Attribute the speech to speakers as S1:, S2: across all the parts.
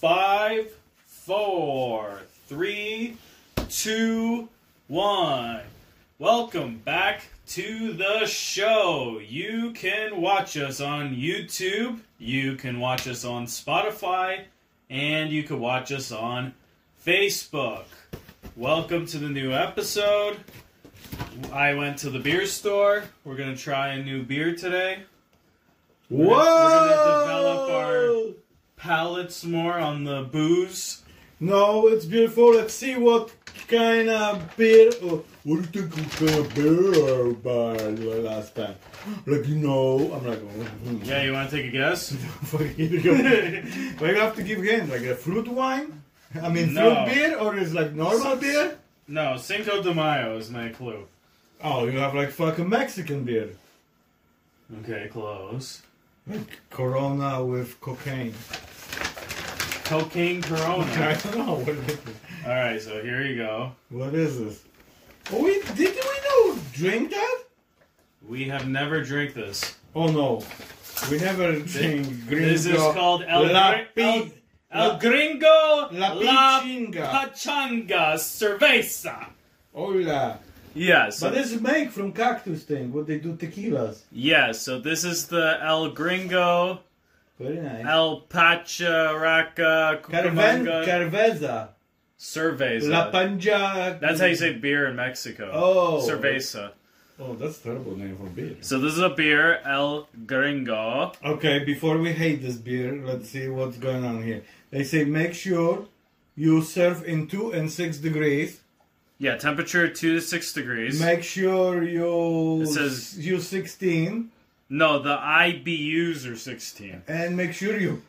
S1: Five, four, three, two, one. Welcome back to the show. You can watch us on YouTube, you can watch us on Spotify, and you can watch us on Facebook. Welcome to the new episode. I went to the beer store. We're going to try a new beer today. gonna-
S2: Whoa!
S1: we're gonna develop our- Palates more on the booze.
S2: No, it's beautiful. Let's see what kind of beer. Oh, what do you think what kind of beer I bought the last time? Like you know, I'm like, oh, hmm.
S1: Yeah, you want to take a guess?
S2: Fuck, here we go. Why you have to give him like a fruit wine? I mean,
S1: No.
S2: fruit beer or is like normal beer?
S1: No, Cinco de Mayo is my clue.
S2: Oh, you have like fucking Mexican beer,
S1: Okay, close.
S2: like Corona with cocaine.
S1: Cocaine
S2: I
S1: Corona.
S2: don't know what it is.
S1: All right, so here you go.
S2: What is this? Oh, we did we know drink that?
S1: We have never drank this.
S2: Oh no, we never drink green.
S1: This is called El,
S2: La
S1: Gri-
S2: Pi-
S1: El,
S2: La-
S1: El Gringo
S2: La Pichinga.
S1: Pachanga Cerveza.
S2: Hola.
S1: Yes.
S2: But this is made from cactus thing. What they do tequilas.
S1: yes, so this is the El Gringo
S2: Very nice.
S1: El Pacharaca
S2: Carven-
S1: Cucamonga
S2: Carveza.
S1: Cerveza.
S2: La Panja.
S1: That's how you say beer in Mexico.
S2: Oh.
S1: Cerveza.
S2: Oh, that's terrible name for beer.
S1: So this is a beer, El Gringo.
S2: Okay, before we hate this beer, let's see what's going on here. They say make sure you serve in two and six degrees.
S1: Yeah, temperature two to six degrees.
S2: Make sure you
S1: It says-
S2: you sixteen.
S1: no, the IBUs are sixteen.
S2: and make sure you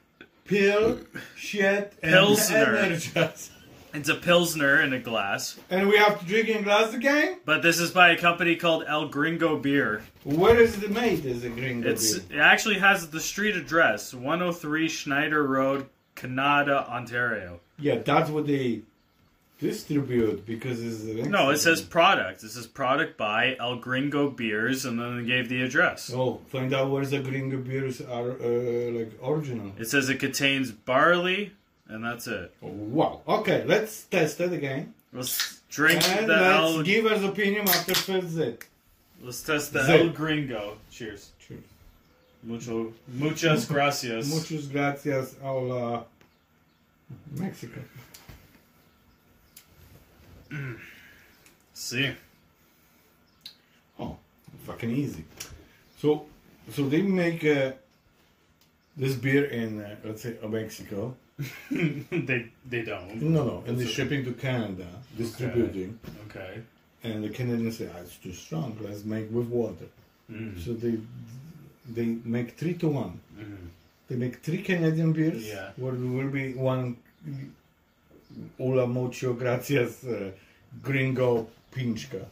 S2: peel, shit, and
S1: Pilsner.
S2: energize.
S1: It's a pilsner in a glass,
S2: And we have to drink in glass again.
S1: but this is by a company called El Gringo Beer.
S2: Where is it made? Is it gringo
S1: It's
S2: beer?
S1: it actually has the street address, 103 Schneider Road, Canada, Ontario.
S2: Yeah, that's what they distribute because it's
S1: No, it says product. This is product by El Gringo Beers, and then they gave the address.
S2: Oh, find out where the gringo beers are uh, like original.
S1: It says it contains barley, and that's it.
S2: Wow. Okay, let's test it again.
S1: Let's drink
S2: And
S1: the
S2: let's
S1: El.
S2: give us opinion after first sip.
S1: Let's test the
S2: Zip.
S1: El Gringo. Cheers. Mucho, muchas gracias.
S2: Muchas gracias, hola, Mexico.
S1: See,
S2: Oh, fucking easy. So, so they make uh, this beer in uh, let's say uh, Mexico.
S1: they they don't.
S2: No, no, and they shipping to Canada, distributing,
S1: Okay.
S2: and the Canadians say, ah, "It's too strong. Let's make with water."
S1: Mm.
S2: So they they make three to one.
S1: Mm-hmm.
S2: They make three Canadian beers.
S1: Yeah.
S2: Where there will be one. Hola, mucho gracias, uh, gringo pinchka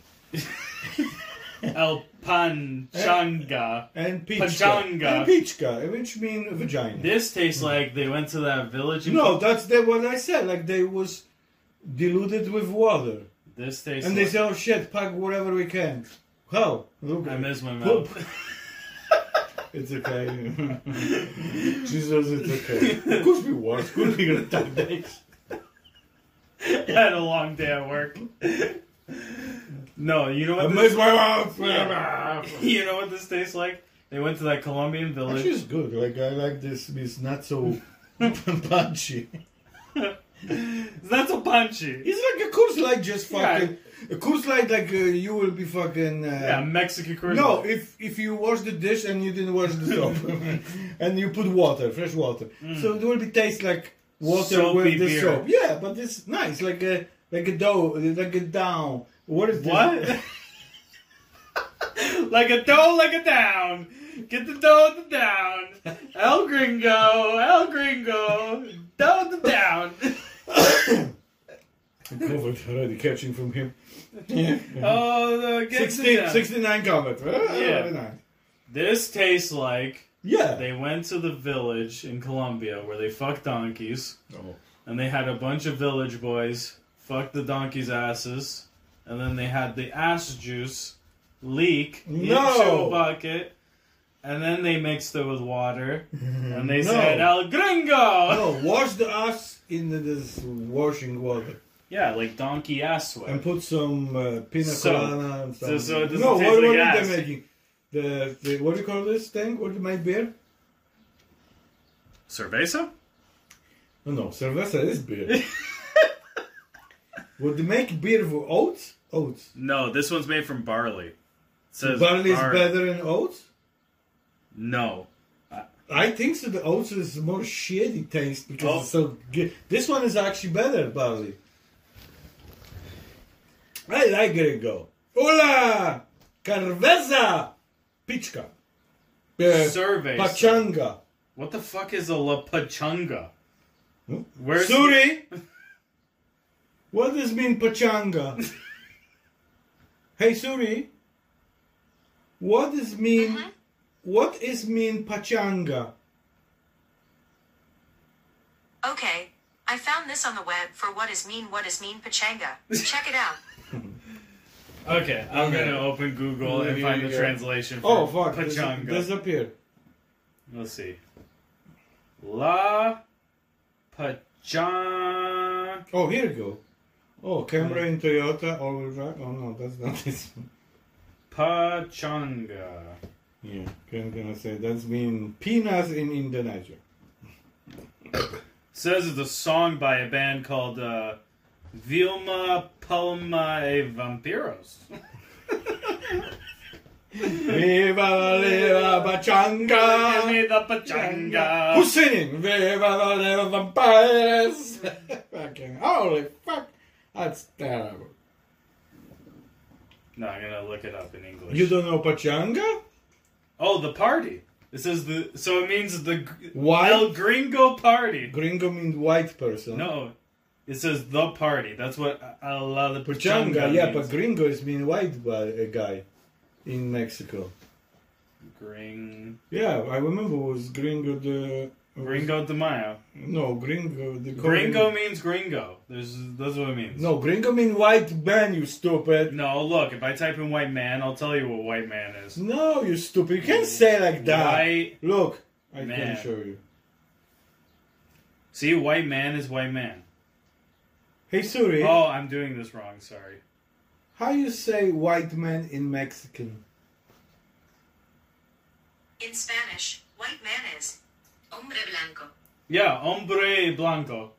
S1: El Panchanga.
S2: and pinchka
S1: Pachanga.
S2: and pinchka, which mean vagina.
S1: This tastes like they went to that village. and-
S2: No, that's the, what I said. Like they was diluted with water,
S1: This tastes.
S2: and they
S1: like,
S2: said, "Oh shit, pack whatever we can." How? Look,
S1: I miss my
S2: Poop.
S1: mouth.
S2: it's okay. Jesus, it's okay. It could be worse. Could be gonna attack days.
S1: I had a long day at work. no, you know
S2: I
S1: what?
S2: miss
S1: This,
S2: my mouth.
S1: Yeah. you know what this tastes like? They went to that Colombian village.
S2: Actually, it's good. Like I like this. It's not so punchy.
S1: It's not so punchy.
S2: It's like a course light, just
S1: Yeah.
S2: fucking a course light. Like uh, you will be fucking. Uh,
S1: Yeah, Mexican cuisine.
S2: No, if if you wash the dish and you didn't wash the soap, and you put water, fresh water, so it will be taste like water
S1: Mm. Soapy
S2: with the
S1: beer.
S2: soap. Yeah, but it's nice, like a like a dough, like a down. What is this?
S1: What? like a dough, like a down. Get the dough at the down. El Gringo, El Gringo. Dough at the down.
S2: covered already, catching from him. Yeah.
S1: Oh, the get the
S2: 60,
S1: down.
S2: 69 covered. Ah,
S1: Yeah.
S2: very nice.
S1: This tastes like
S2: Yeah.
S1: they went to the village in Colombia where they fuck donkeys,
S2: Oh.
S1: and they had a bunch of village boys fuck the donkeys' asses, and then they had the ass juice leak
S2: No.
S1: into a bucket, and then they mixed it with water, and they
S2: No.
S1: said El Gringo.
S2: No, wash the ass in this washing water
S1: Yeah, like donkey ass sweat.
S2: and put some uh, pina
S1: So-
S2: colada and
S1: so-
S2: some.
S1: so it doesn't
S2: no,
S1: taste
S2: what,
S1: like
S2: what are
S1: ass.
S2: they making? The, the what do you call this thing? What do you make beer?
S1: Cerveza?
S2: No, Oh, no, cerveza is beer. Would they make beer with oats? Oats.
S1: No, this one's made from barley. It says
S2: Barley is
S1: bar-
S2: better than oats.
S1: No,
S2: I think so. The oats is more shitty taste because
S1: Oh.
S2: it's so good. This one is actually better barley. I like Gringo. Hola, Carveza, Pichka, uh,
S1: Cerveza.
S2: Pachanga,
S1: what the fuck is a la pachanga?
S2: Hmm?
S1: Where's
S2: Suri. what does mean Pachanga? hey Suri, what does mean?
S3: Uh-huh.
S2: What is mean Pachanga?
S3: Okay, I found this on the web for what is mean what is mean pachanga. Check it out.
S1: Okay, I'm
S2: Okay.
S1: gonna open Google and
S2: Yeah,
S1: find the
S2: yeah.
S1: translation.
S2: Oh
S1: for
S2: fuck! dis-
S1: pachanga.
S2: Disappeared.
S1: Let's see. La pachanga.
S2: Oh, here you go. Oh, camera in Toyota, all wheel drive. Oh no, that's not this one.
S1: Pachanga.
S2: Yeah, okay, I'm gonna say that's been peanuts in Indonesia.
S1: Says it's a song by a band called uh, Vilma Palma e Vampiros.
S2: Viva la Leva
S1: Give
S2: Bachanga!
S1: me the pachanga.
S2: Who's singing? Viva la Leva Vampires! Fucking holy fuck! That's terrible.
S1: No, I'm gonna look it up in English.
S2: You don't know Pachanga?
S1: oh, the party. It says the so it means the gr- El
S2: White?
S1: Gringo party.
S2: Gringo means white person.
S1: No, it says the party. That's what a la the
S2: Pachanga,
S1: pachanga.
S2: yeah,
S1: means.
S2: but gringo is mean white guy, uh, guy in Mexico.
S1: Gring
S2: Yeah, I remember it was Gringo the
S1: Gringo de Mayo.
S2: No, Gringo the
S1: Gringo means gringo. There's that's what it means.
S2: No, Gringo mean white man. You stupid.
S1: No, look. If I type in white man, I'll tell you what white man is.
S2: No, you stupid. You can't say like that.
S1: White
S2: Look, I
S1: Man.
S2: can show you.
S1: see, white man is white man.
S2: Hey Suri,
S1: Oh, I'm doing this wrong. Sorry.
S2: how you say white man in Mexican?
S3: In Spanish, white man is hombre blanco.
S1: Yeah, hombre blanco.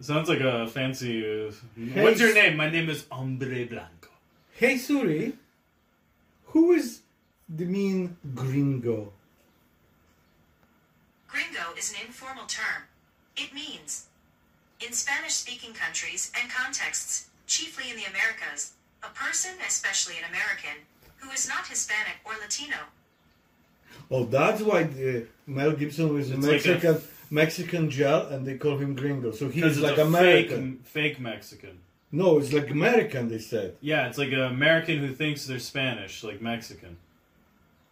S1: Sounds like a fancy. Uh, what's your name? My name is hombre blanco.
S2: Hey Suri, who is the mean Gringo?
S3: Gringo is an informal term. It means in Spanish speaking countries and contexts, chiefly in the Americas, a person, especially an American, who is not Hispanic or Latino.
S2: Oh, that's why the Mel Gibson was a
S1: It's like
S2: Mexican Mexican gel, and they call him Gringo. So
S1: Because it's
S2: he's like
S1: a
S2: American.
S1: fake, fake Mexican.
S2: No, it's like American. They said.
S1: Yeah, it's like an American who thinks they're Spanish, like Mexican.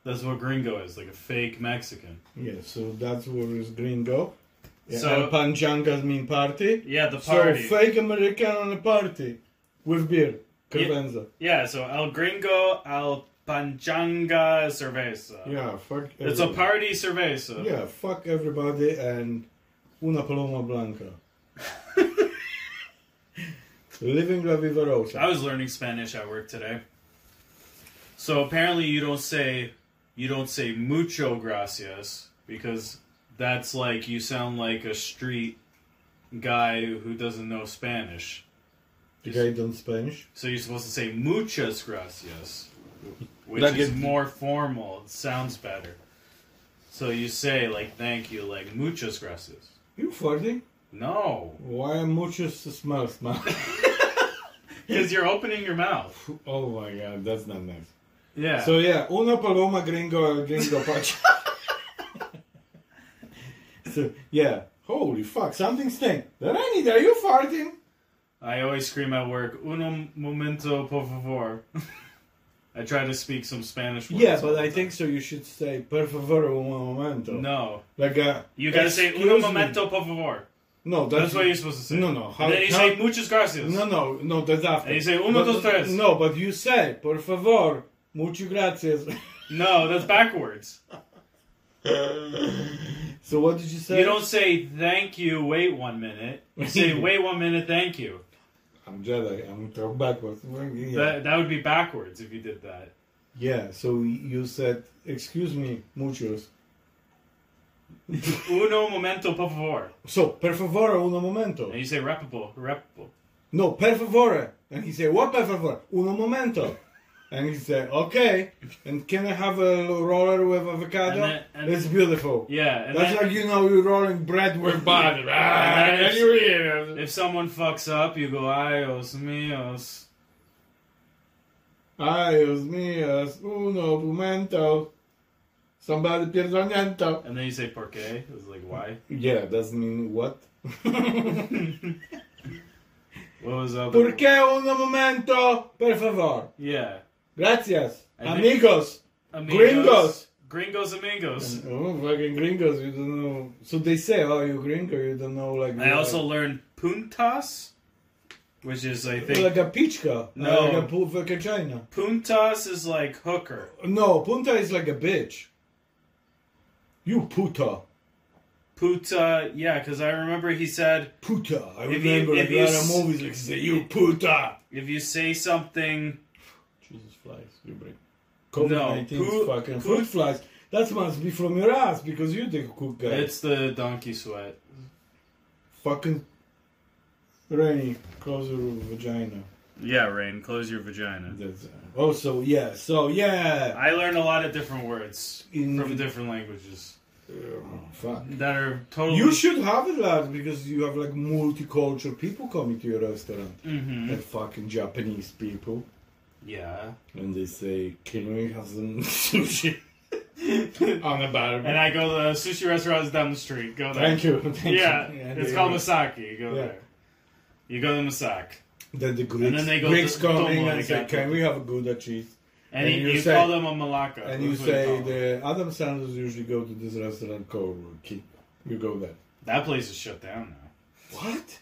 S1: That's what gringo is, like a fake Mexican.
S2: Yeah, so that's what is Gringo. Yeah,
S1: So-
S2: and Panjangas mean party.
S1: Yeah, the
S2: So
S1: party.
S2: fake American on a party with beer, Crevenza.
S1: yeah, so el gringo, al panchanga cerveza.
S2: Yeah, fuck.
S1: It's a
S2: everybody.
S1: party cerveza.
S2: Yeah, fuck everybody and una paloma blanca. Living la vida rosa.
S1: I was learning Spanish at work today. So apparently you don't say you don't say mucho gracias because that's like you sound like a street guy who doesn't know Spanish.
S2: the guy done Spanish.
S1: So you're supposed to say muchas gracias, which
S2: That
S1: is
S2: gives-
S1: more formal. It sounds better. So you say like thank you, like muchas gracias.
S2: You farting?
S1: No,
S2: Why am muchos smells, man?
S1: because you're opening your mouth.
S2: oh my god, that's not nice.
S1: Yeah.
S2: So yeah, una paloma gringo el gringo patch. so yeah, holy fuck, something stink. Then I need. Are you farting?
S1: I always scream at work, uno momento, por favor. I try to speak some Spanish words.
S2: Yeah,
S1: all
S2: but
S1: the
S2: I
S1: time.
S2: think so. You should say per favor un momento.
S1: No.
S2: like uh,
S1: You gotta say uno
S2: excuse me.
S1: momento, por favor.
S2: No,
S1: That's what you're supposed to say.
S2: No, no. How,
S1: and then you
S2: how-
S1: say muchas gracias.
S2: no, no, no. That's after.
S1: And you say uno,
S2: But-
S1: dos, tres.
S2: No, but you say por favor, muchas gracias.
S1: No, that's backwards.
S2: So what did you say?
S1: You don't say thank you, wait one minute. You say wait one minute, thank you.
S2: I'm Jedi. I'm throw backwards. Yeah.
S1: That, that would be backwards if you did that.
S2: yeah. So you said, "Excuse me, muchos."
S1: Uno momento, por favor.
S2: So per favore, uno momento.
S1: And you say repable, repable.
S2: No, per favore. And he said, what per favore? Uno momento. And he said, okay. And can I have a roller with
S1: And
S2: avocado?
S1: then- and-
S2: it's beautiful.
S1: Yeah, and
S2: That's
S1: then
S2: like, you know, you're rolling bread with butter. Ah,
S1: And then
S2: and you eat it.
S1: if someone fucks up, you go, Ios míos.
S2: Ay, Dios mío, es uno momento. Somebody pierdoniento.
S1: And then you say por qué. It's like, why?
S2: Yeah, doesn't mean what?
S1: What was up?
S2: ¿Por qué uno momento? Per favor.
S1: Yeah.
S2: Gracias.
S1: I think-
S2: Amigos. Gringos.
S1: Gringos amigos.
S2: Oh, fucking gringos, you don't know. So they say, oh, you gringo, you don't know, like.
S1: I
S2: uh,
S1: also learned puntas, which is, I think,
S2: Like a pichka.
S1: No.
S2: Like a pu- fucking China.
S1: puntas is like hooker.
S2: No, punta is like a bitch. You puta.
S1: Puta, yeah, because I remember he said,
S2: Puta. I
S1: If you-
S2: remember
S1: if
S2: like,
S1: you
S2: a lot of
S1: s-
S2: movies like say, you puta.
S1: if you say something,
S2: Jesus flies. You bring.
S1: No,
S2: COVID 19
S1: pu-
S2: fucking
S1: pu-
S2: food flies. That must be from your ass because you're the cook guy.
S1: it's the donkey sweat.
S2: fucking. Rainy, close your vagina.
S1: Yeah, Rain, close your vagina.
S2: That's, oh, so yeah, so yeah.
S1: I learned a lot of different words
S2: In-
S1: from different languages
S2: Oh, fuck.
S1: that are totally.
S2: You should have it, lad, because you have like multicultural people coming to your restaurant.
S1: Mhm.
S2: Like fucking Japanese people.
S1: Yeah.
S2: And they say, Can we have some sushi? On a barbecue.
S1: And I go to the sushi restaurants down the street. Go there.
S2: Thank you. Thank
S1: Yeah,
S2: you.
S1: it's
S2: they-
S1: called Masaki. You go
S2: Yeah.
S1: there. You go to Masaki.
S2: Then the Greeks,
S1: then they go
S2: Greeks
S1: to-
S2: come
S1: don't
S2: in
S1: worry,
S2: and say,
S1: exactly.
S2: Can we have a Gouda cheese?
S1: And,
S2: And
S1: you,
S2: you
S1: you
S2: say-
S1: call them a malaka.
S2: And you
S1: That's what call
S2: say,
S1: them.
S2: the Adam Sanders usually go to this restaurant called Kid. You go there.
S1: that place is shut down now.
S2: What?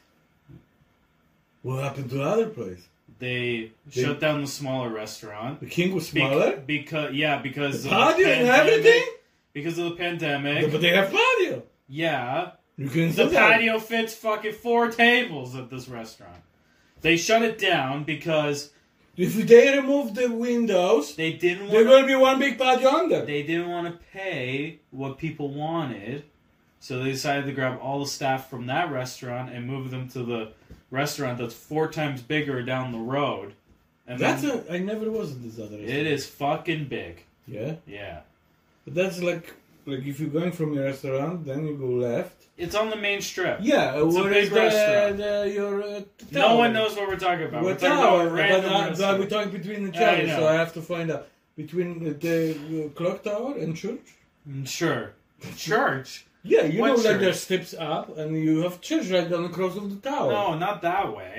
S2: What happened to the other place?
S1: They,
S2: They-
S1: shut down the smaller restaurant.
S2: The king was
S1: Bec-
S2: smaller?
S1: because yeah, because of the
S2: Patio and everything?
S1: Because of the
S2: Yeah,
S1: pandemic.
S2: But they have patio.
S1: yeah,
S2: You can
S1: the
S2: sit there.
S1: patio fits fucking four tables at this restaurant. They shut it down because
S2: If they remove the windows,
S1: they didn't
S2: there
S1: want.
S2: will be one big patio under.
S1: They didn't want to pay what people wanted, so they decided to grab all the staff from that restaurant and move them to the restaurant that's four times bigger down the road. And
S2: That's
S1: then-
S2: a. I never was in this other.
S1: it is fucking big.
S2: Yeah,
S1: Yeah,
S2: but that's like like if you're going from your restaurant, then you go left.
S1: it's on the main strip.
S2: Yeah,
S1: It's a
S2: where
S1: big
S2: is
S1: restaurant.
S2: the, the your? Uh,
S1: No
S2: tower?
S1: one knows what we're talking about. We're
S2: What
S1: talking
S2: tower?
S1: about a
S2: But,
S1: random
S2: I, but we're
S1: restaurant.
S2: talking between each
S1: Yeah, I
S2: other, so
S1: know.
S2: I have to find out between the, the uh, clock tower and church.
S1: Mm, Sure, church.
S2: Yeah, you
S1: What
S2: know, like
S1: church?
S2: there's steps up, and you have church right down the cross of the tower.
S1: No, not that way.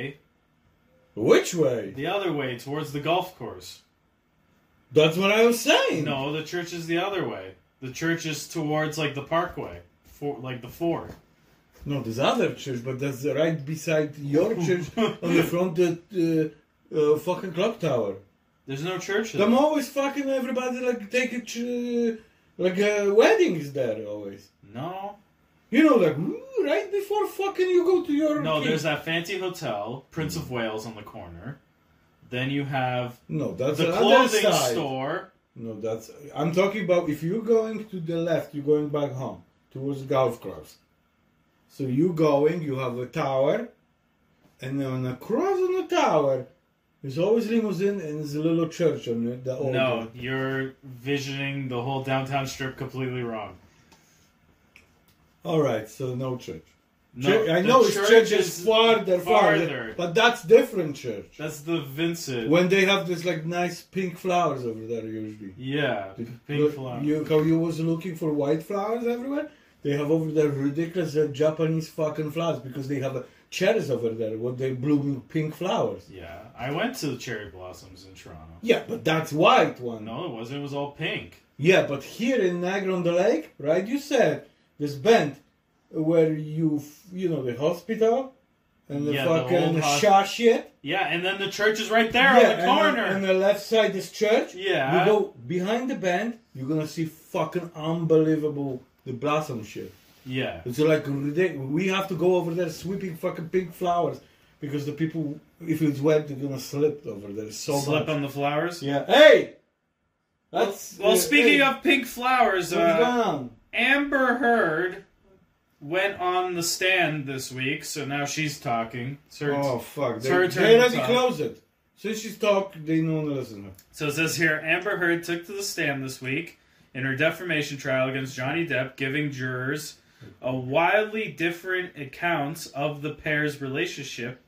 S2: Which way?
S1: The other way, towards the golf course.
S2: That's what I was saying.
S1: No, the church is the other way. The church is towards like the parkway, for, like the fort.
S2: No, there's other church, but that's right beside your church on the front of the uh, fucking clock tower.
S1: There's no church there.
S2: I'm always fucking everybody like take a ch- like a wedding is there always.
S1: no.
S2: You know, like ooh, right before fucking you go to your
S1: No,
S2: kid.
S1: there's that fancy hotel, Prince of Wales on the corner. Then you have
S2: no that's
S1: the
S2: the other
S1: clothing
S2: side.
S1: store.
S2: No, that's I'm talking about if you're going to the left, you're going back home towards golf clubs. So you going, you have a tower, and then across on the tower, there's always limousine and there's a little church on it. The old
S1: No,
S2: one.
S1: you're visioning the whole downtown strip completely wrong.
S2: All right, so no church.
S1: No,
S2: Chur- I
S1: the
S2: know it's church is farther, farther,
S1: farther.
S2: but that's different church.
S1: That's the Vincent.
S2: When they have this like nice pink flowers over there usually.
S1: yeah,
S2: Look,
S1: pink flower.
S2: You, how you was looking for white flowers everywhere? They have over there ridiculous uh, Japanese fucking flowers because they have uh, cherries over there what they blooming pink flowers.
S1: yeah, I went to the cherry blossoms in Toronto.
S2: Yeah, but that's white one.
S1: No, it wasn't. It was all pink.
S2: Yeah, but here in Niagara on the Lake, right? You said this band where you, f- you know, the hospital, and the
S1: Yeah, the
S2: fucking
S1: old hos-
S2: shah shit.
S1: Yeah, and then the church is right there on the
S2: and
S1: corner.
S2: on the left side is church.
S1: Yeah.
S2: You go behind the band, you're gonna see fucking unbelievable the blossom shit.
S1: yeah.
S2: It's like ridic- we have to go over there sweeping fucking pink flowers because the people, if it's wet, they're gonna slip over there so
S1: Slip
S2: much.
S1: on the flowers.
S2: Yeah. Hey. That's
S1: Well,
S2: uh,
S1: speaking
S2: hey,
S1: of pink flowers,
S2: slow
S1: uh,
S2: down.
S1: Amber Heard went on the stand this week, so now she's talking. It's her-
S2: Oh fuck!
S1: it's
S2: They,
S1: her turn
S2: they
S1: to
S2: already
S1: talk.
S2: closed it. Since she's talked, they no one listen to her.
S1: So it says here Amber Heard took to the stand this week in her defamation trial against Johnny Depp, giving jurors a wildly different accounts of the pair's relationship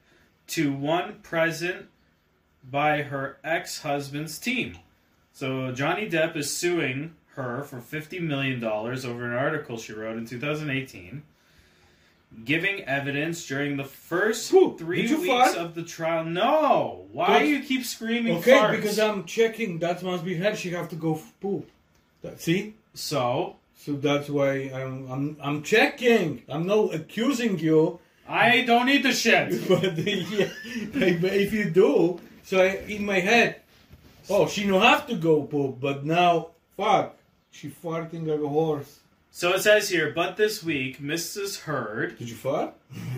S1: to one present by her ex husband's team. So Johnny Depp is suing her for $50 million over an article she wrote in 2018. Giving evidence during the first
S2: Whew,
S1: three
S2: did you
S1: weeks
S2: fart?
S1: of the trial. No, why
S2: Don't-
S1: do you keep screaming?
S2: Okay,
S1: farts?
S2: because I'm checking. That must be her. She have to go f- poop. That, see,
S1: So
S2: so that's why I'm I'm I'm checking. I'm not accusing you,
S1: I don't need the shit.
S2: but yeah, like, but if you do, so I, in my head, oh, she don't have to go poop, but now fuck, she farting like a horse.
S1: So it says here, but this week, Mrs. Heard,
S2: Did you fart?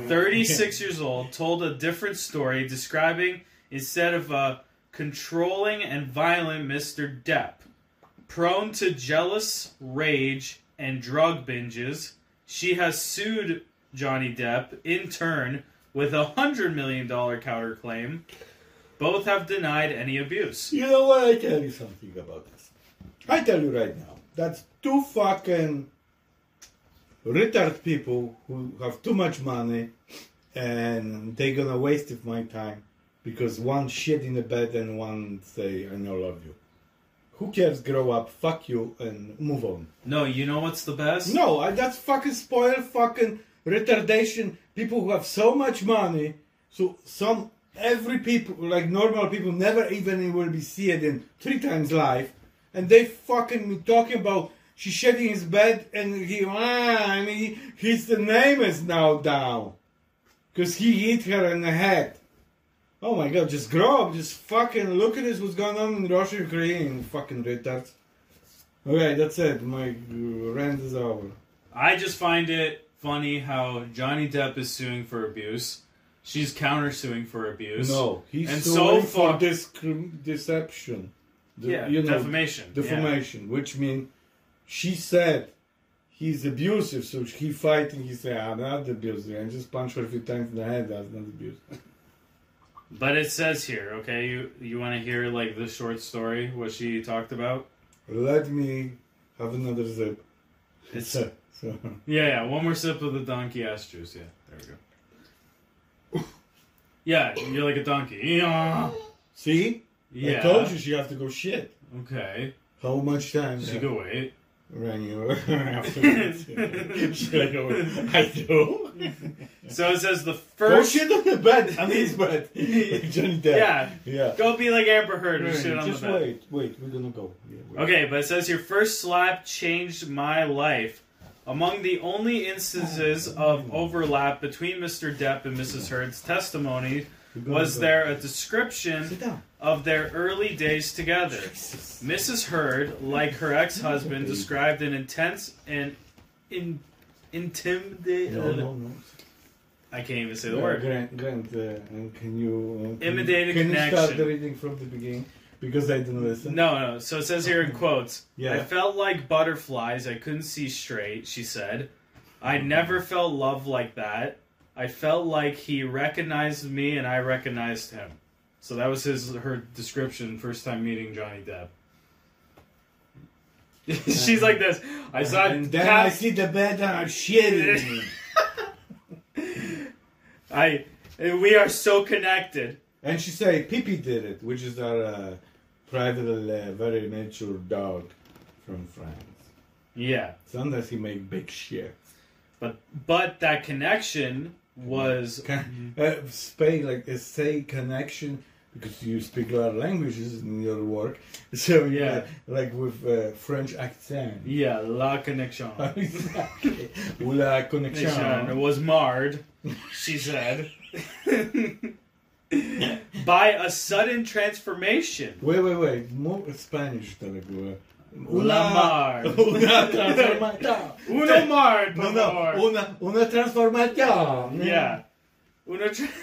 S1: 36 years old, told a different story describing instead of a controlling and violent Mr. Depp, prone to jealous rage and drug binges, she has sued Johnny Depp in turn with a $100 million counterclaim. Both have denied any abuse.
S2: You know what? I tell you something about this. I tell you right now, that's two fucking retard people who have too much money, and they're gonna waste of my time because one shit in the bed and one say I know love you. Who cares? Grow up, fuck you, and move on.
S1: No, you know what's the best?
S2: No, I, that's fucking spoiled, fucking retardation. People who have so much money, so some every people like normal people never even will be see it in three times life, and they fucking me talking about she shed in his bed and he ah, and he his the name is now down, cause he hit her in the head. Oh my god, just grow up, just fucking look at this what's going on in Russia, Ukraine, fucking retards. Okay, that's it. My uh, rant is over.
S1: I just find it funny how Johnny Depp is suing for abuse. She's countersuing for abuse.
S2: No, he's
S1: And so
S2: suing for
S1: far-
S2: discrim- deception. The-
S1: Yeah,
S2: you know,
S1: defamation.
S2: Defamation, which means she said he's abusive, so he fighting. He said, "I'm not abusive. I just punch her a few times in the head. That's not abuse."
S1: Yeah. But it says here, okay, you you want to hear like the short story what she talked about?
S2: Let me have another zip.
S1: It's yeah,
S2: So- so-
S1: yeah. One more sip of the donkey ass juice. Yeah, there we go. Yeah, you're like a donkey. Yeah.
S2: See,
S1: Yeah.
S2: I told you she have to go shit.
S1: Okay.
S2: How much time?
S1: She go wait.
S2: Ran you after that. She like, oh, I do.
S1: So it says the
S2: Go
S1: first.
S2: shit on the bed, on his bed. Like Johnny Depp.
S1: Yeah.
S2: Yeah.
S1: Go be like Amber Heard and shit on
S2: Just
S1: the bed.
S2: wait, wait, we're gonna go. Yeah, wait.
S1: Okay, but it says your first slap changed my life. Among the only instances of overlap between Mr. Depp and Mrs. Heard's testimony
S2: We're gonna
S1: was
S2: go.
S1: there a
S2: Sit
S1: description
S2: down.
S1: of their early days together. Mrs. Heard, like her ex-husband, described an intense and in, intimidating.
S2: No, no, no.
S1: I can't even say the
S2: Uh,
S1: word.
S2: Grant, Grant, uh, and can you? Uh, can-
S1: Imitating
S2: Can you start
S1: connection.
S2: the reading from the beginning? Because I didn't listen.
S1: No, no. So it says here in quotes.
S2: Yeah.
S1: I felt like butterflies. I couldn't see straight. She said, "I never felt love like that. I felt like he recognized me and I recognized him." So that was his her description first time meeting Johnny Depp. She's like this. I saw
S2: And then I
S1: Pat-
S2: see the bed and I'm shitting.
S1: I. We are so connected.
S2: and she say, "Pippi did it," which is our uh, private, uh, very mature dog from France.
S1: Yeah.
S2: Sometimes he make big shit.
S1: But but that connection was
S2: Can,
S1: Mm-hmm.
S2: uh, speak like uh, say connection because you speak a lot of languages in your work. So yeah,
S1: Yeah.
S2: like with uh, French accent.
S1: yeah la connection.
S2: Exactly. Ou la
S1: Nation
S2: connection.
S1: was marred, she said. By a sudden transformation.
S2: Wait, wait, wait. More Spanish te regulă.
S1: Una mar.
S2: Una transformata.
S1: Uno mar,
S2: No,
S1: por
S2: no.
S1: favor.
S2: Una, una transformata.
S1: Yeah. Uno, tra-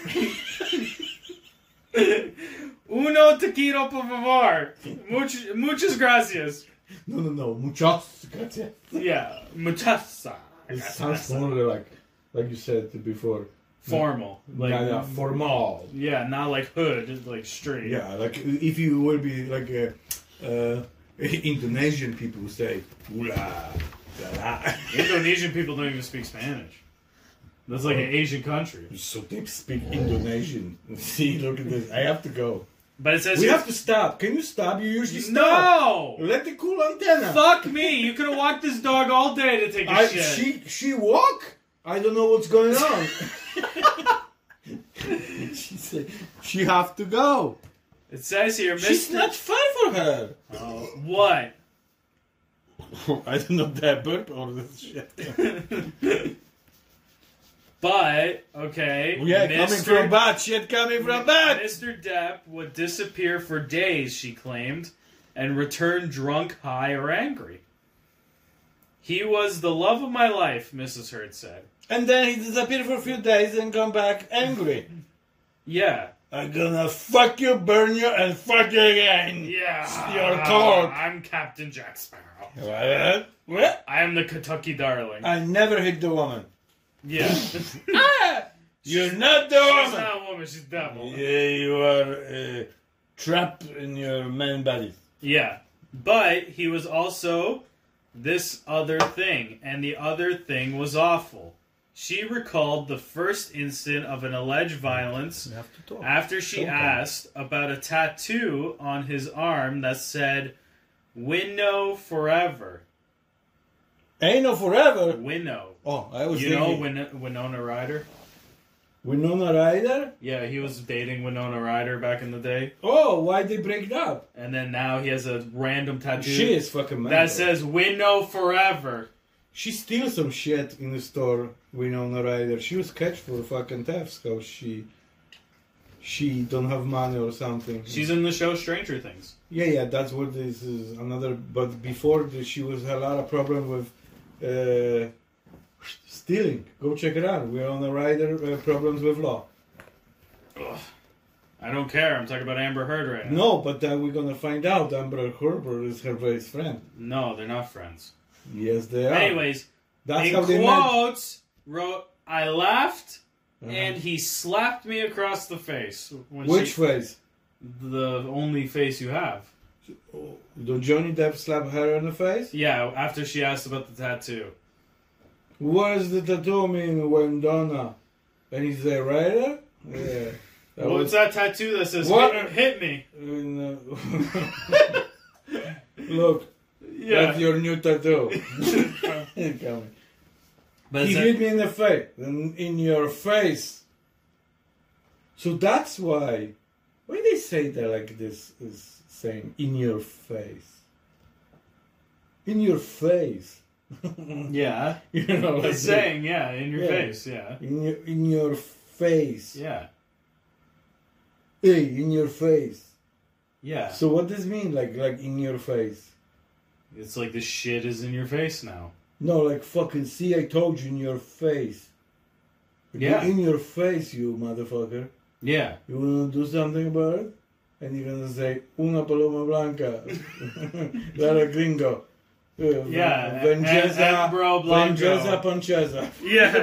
S1: Uno tequila, por favor. Much- muchas gracias.
S2: No, no, no. Muchas gracias.
S1: Yeah. Muchas.
S2: It sounds more like, like you said before.
S1: formal. Like,
S2: yeah, yeah, formal.
S1: yeah, not like hood, just like straight.
S2: Yeah, like if you will be like a, uh, Indonesian people say, "Ula, la, la."
S1: Indonesian people don't even speak Spanish. That's like an Asian country.
S2: So they speak Indonesian. See, look at this. I have to go.
S1: But it says
S2: We
S1: here-
S2: have to stop. Can you stop? You usually stop.
S1: no.
S2: Let the cool antenna.
S1: Fuck me! You could have walked this dog all day to take a
S2: I,
S1: shit.
S2: she she walk. I don't know what's going on. she said she have to go.
S1: It says here,
S2: She's
S1: Mister.
S2: not fun for her.
S1: Oh, what?
S2: I don't know that burp or this shit.
S1: But okay,
S2: Yeah, coming
S1: Mr.
S2: from bad shit. Coming from bad.
S1: Mr. Depp would disappear for days, she claimed, and return drunk, high, or angry. He was the love of my life, Mrs. Heard said.
S2: And then he disappeared for a few days and come back angry.
S1: Yeah.
S2: I'm gonna fuck you, burn you, and fuck you again.
S1: Yeah.
S2: Your cock.
S1: I'm Captain Jack Sparrow.
S2: What? What?
S1: I am the Kentucky darling.
S2: I never hit the woman.
S1: yeah.
S2: You're not the
S1: Ah! She's
S2: woman.
S1: not a woman, she's devil. Yeah.
S2: Yeah, you are uh, trapped in your man body.
S1: But he was also this other thing, and the other thing was awful. She recalled the first instant of an alleged violence
S2: have to talk.
S1: after she
S2: Don't talk.
S1: asked about a tattoo on his arm that said, Winnow Forever.
S2: Ain't no forever.
S1: Winnow.
S2: Oh, I was
S1: You know
S2: thinking.
S1: Win- Winona Ryder?
S2: Winona Ryder?
S1: Yeah, he was dating Winona Ryder back in the day,
S2: Oh, why they break up?
S1: and then now he has a random tattoo
S2: She is fucking mad.
S1: that says "Winnow Forever."
S2: She steals some shit in the store, Winona Ryder. She was catch for fucking theft because she she don't have money or something.
S1: She's in the show Stranger Things.
S2: yeah, yeah, that's what this is. Another, but before this, she was had a lot of problem with uh, stealing. Go check it out. We're on a Ryder uh, problems with law.
S1: I don't care. I'm talking about Amber Heard right now.
S2: No, but then we're gonna find out Amber Herbert is her best friend.
S1: No, they're not friends.
S2: Yes, they are.
S1: Anyways,
S2: that's
S1: in
S2: how they met. Uh-huh.
S1: quotes wrote, "I laughed and he slapped me across the face." When
S2: Which
S1: she-
S2: face?
S1: the only face you have?
S2: Do Johnny Depp slap her in the face?
S1: Yeah, after she asked about the tattoo.
S2: What is the tattoo mean when Donna? And he's a writer? Yeah. That
S1: Well, it's
S2: was,
S1: that tattoo that says
S2: What?
S1: "Hit- "Hit me."
S2: in, uh, look,
S1: Yeah,
S2: that's your new tattoo. Come.
S1: but
S2: He
S1: it's a-
S2: hit me in the face. In, in your face. So that's why. Why they say that like this is saying in your face? In your face.
S1: yeah.
S2: You know, like
S1: It's saying, yeah, in your
S2: Yeah.
S1: face, yeah.
S2: in your in your face.
S1: Yeah.
S2: Hey, in your face.
S1: Yeah.
S2: So what does mean like like in your face?
S1: It's like the shit is in your face now.
S2: No, like fucking see I told you in your face. Like,
S1: Yeah.
S2: In your face, you motherfucker.
S1: Yeah.
S2: You wanna do something about it? And you're gonna say una paloma blanca. Lara gringo. Uh,
S1: Yeah, and-
S2: Venganza
S1: and bro blanco.
S2: Venganza pancheza.
S1: Yeah.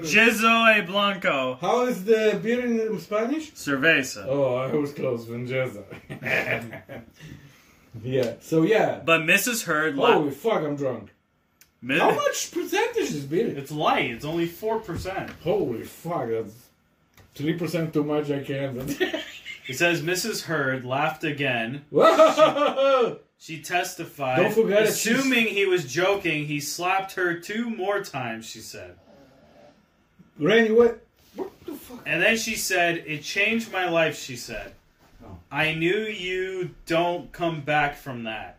S1: Jezo e Blanco.
S2: How is the beer in Spanish?
S1: Cerveza.
S2: Oh, I was close, Venganza. yeah. So yeah.
S1: But Mrs. Heard
S2: Holy fuck, I'm drunk.
S1: mi-
S2: Oh, How much percentage is beer?
S1: It's light. It's only 4%.
S2: Holy fuck, that's three percent too much. I can't.
S1: It says Mrs. Heard laughed again.
S2: Whoa!
S1: She testified.
S2: Don't forget that she's-
S1: Assuming he was joking, he slapped her two more times, she said.
S2: Randy, what? What the fuck?
S1: And then she said, It changed my life, she said.
S2: Oh.
S1: I knew you don't come back from that.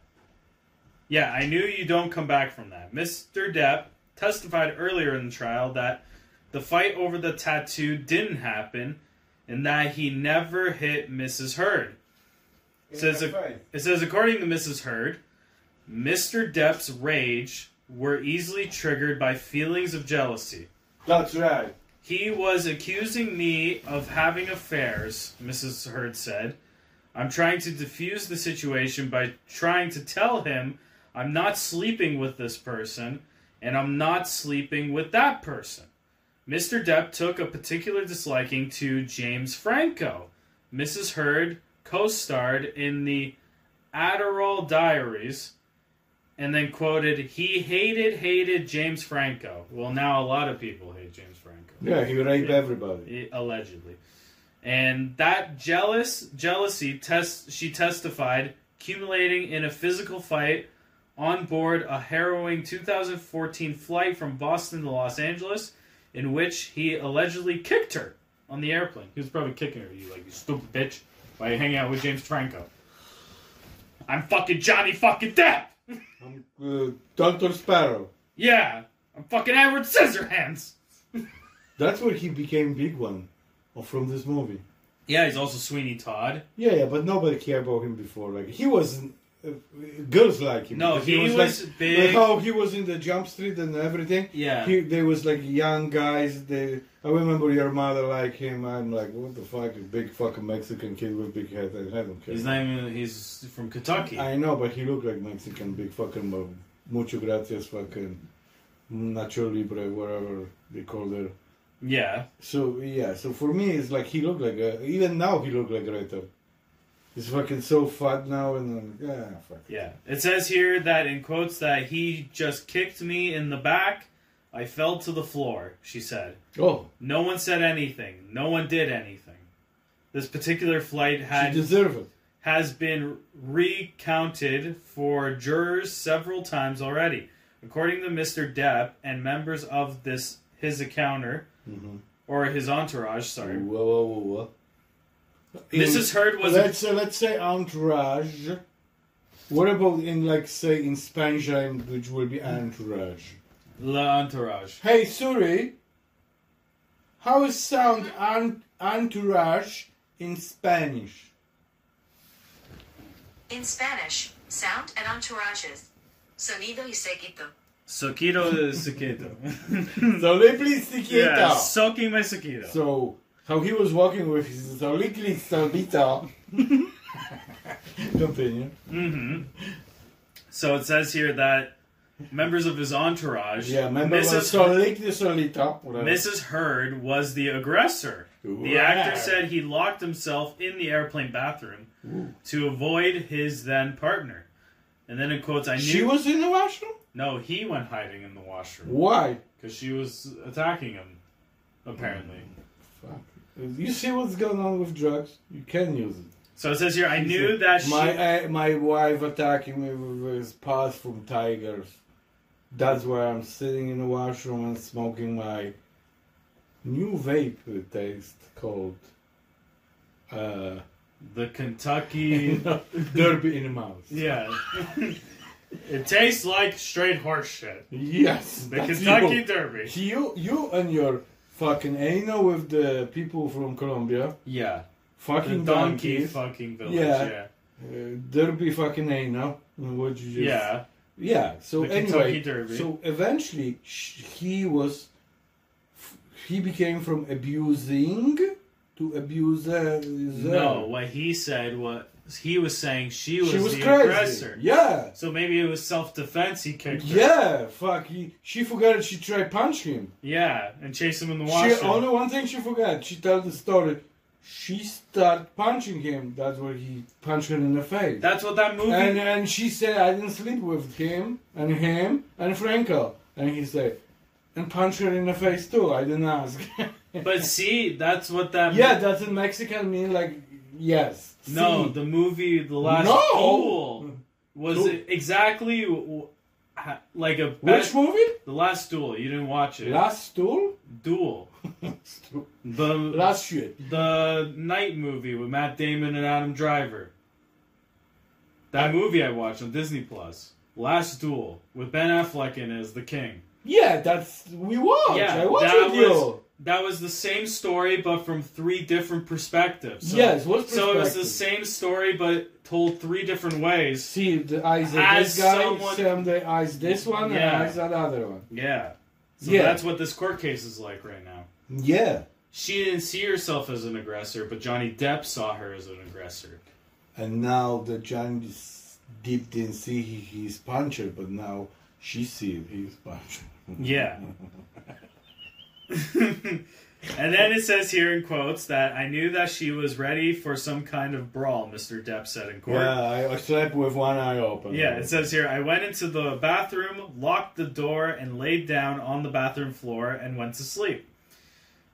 S1: Yeah, I knew you don't come back from that. Mr. Depp testified earlier in the trial that the fight over the tattoo didn't happen, and that he never hit Mrs. Heard. It says,
S2: In the
S1: ac-
S2: fight.
S1: it says, according to Mrs. Heard, Mr. Depp's rage were easily triggered by feelings of jealousy.
S2: That's right.
S1: He was accusing me of having affairs, Mrs. Heard said. I'm trying to defuse the situation by trying to tell him I'm not sleeping with this person and I'm not sleeping with that person. Mr. Depp took a particular disliking to James Franco. Mrs. Heard co starred in the Adderall Diaries and then quoted, He hated, hated James Franco. Well, now a lot of people hate James Franco
S2: Yeah, he raped
S1: Yeah.
S2: everybody.
S1: i- allegedly. And that jealous jealousy test she testified, accumulating in a physical fight on board a harrowing 2014 flight from Boston to Los Angeles, in which he allegedly kicked her on the airplane. He was probably kicking her. You like you stupid bitch. Why you hanging out with James Franco? I'm fucking Johnny fucking Depp.
S2: I'm, uh, Dr. Sparrow.
S1: Yeah, I'm fucking Edward Scissorhands.
S2: That's where he became big one, or from this movie.
S1: Yeah, he's also Sweeney Todd.
S2: Yeah, yeah, but nobody cared about him before. Like he was, uh, girls like him.
S1: No,
S2: Because
S1: he was
S2: like,
S1: big.
S2: Like how he was in the Jump Street and everything.
S1: Yeah.
S2: he they was like young guys. They I remember your mother like him. I'm like, what the fuck, a big fucking Mexican kid with big head. I, I don't care.
S1: He's not even. He's from Kentucky.
S2: I know, but he looked like Mexican, big fucking uh, mucho gracias, fucking nacho libre, whatever they call their
S1: yeah,
S2: So yeah, so for me, it's like he looked like a, even now he looked like Greta. He's fucking so fat now and uh, yeah, fuck.
S1: yeah. It says here that in quotes that he just kicked me in the back. I fell to the floor. She said.
S2: Oh,
S1: No one said anything. No one did anything. This particular flight
S2: she
S1: had
S2: deserved it.
S1: has been recounted for jurors several times already. According to Mr. Depp and members of this his encounter
S2: Mhm.
S1: or his entourage, sorry.
S2: Whoa, whoa, whoa, whoa.
S1: Mrs. Heard was
S2: let's say, let's say entourage. What about in like say in Spanish language will be entourage?
S1: La entourage.
S2: Hey Suri, how is sound en- entourage in Spanish?
S3: In Spanish, sound and entourages. Sonido y seguido.
S1: Soquito is Soquito.
S2: So please stick it
S1: Yeah,
S2: out.
S1: soaking my Soquito.
S2: So how he was walking with his little salvita. Continue.
S1: hmm So it says here that members of his entourage,
S2: Yeah, remember
S1: Mrs.
S2: Solitli Solita. whatever.
S1: Mrs. Heard was the aggressor. The
S2: Wow.
S1: actor said he locked himself in the airplane bathroom to avoid his then partner. And then in quotes, I knew.
S2: she was in the washroom.
S1: no, he went hiding in the washroom
S2: Why?
S1: because she was attacking him, apparently.
S2: Fuck. You see what's going on with drugs? You can use it.
S1: So it says here, I knew that she.
S2: my uh, my wife attacking me with his paws from tigers. That's why I'm sitting in the washroom and smoking my new vape taste called uh,
S1: the Kentucky.
S2: Derby in the mouth.
S1: Yeah. it tastes like straight horse shit.
S2: Yes,
S1: The
S2: that's
S1: Kentucky
S2: you.
S1: Derby.
S2: You, you and your fucking anal with the people from Colombia,
S1: Yeah. The
S2: fucking
S1: donkey
S2: donkeys,
S1: fucking village.
S2: Yeah.
S1: Yeah.
S2: uh, derby fucking anal. What you just
S1: Yeah.
S2: yeah. So
S1: The Kentucky
S2: anyway,
S1: Derby.
S2: so eventually sh- he was f- he became from abusing to abuser.
S1: No, what he said was he was saying she was,
S2: she was
S1: the
S2: crazy.
S1: aggressor.
S2: Yeah.
S1: So maybe it was self defense he kicked her.
S2: Yeah, fuck. He, she forgot she tried punch him.
S1: Yeah, and chased him in the
S2: She
S1: washroom.
S2: only one thing she forgot. She told the story. She start punching him. That's why he punched her in the face.
S1: That's what that movie
S2: and and she said, "I didn't sleep with him and him and Franco." And he said, "And punch her in the face too. I didn't ask."
S1: But see, that's what that
S2: yeah, that's in Mexican mean like yes.
S1: No,
S2: See.
S1: the movie The Last
S2: No!
S1: Duel was
S2: Duel. exactly
S1: exactly w- ha- like a
S2: which movie?
S1: The Last Duel. You didn't watch it.
S2: Last Stool.
S1: Duel. The
S2: Last shit.
S1: the night movie with Matt Damon and Adam Driver. That movie I watched on Disney Plus. Last Duel with Ben Affleck in as the king.
S2: Yeah, that's we watch.
S1: Yeah,
S2: Oh, I watch
S1: that
S2: with you.
S1: was- that was the same story, but from three different perspectives. So,
S4: yes, what
S1: So it was the
S4: perspective?
S1: same story, but told three different ways.
S4: See the eyes of
S1: As
S4: this guy,
S1: someone-
S4: Sam the eyes this one,
S1: Yeah.
S4: and eyes another one.
S1: Yeah. So
S4: Yeah.
S1: that's what this court case is like right now.
S2: Yeah.
S1: She didn't see herself as an aggressor, but Johnny Depp saw her as an aggressor.
S2: And now the Johnny Deep didn't see he, he's puncher, but now she see he's puncher.
S1: Yeah. and then it says here in quotes that I knew that she was ready for some kind of brawl, Mr. Depp said in court.
S2: Yeah, I, I slept with one eye open.
S1: Yeah, it says here I went into the bathroom, locked the door, and laid down on the bathroom floor and went to sleep.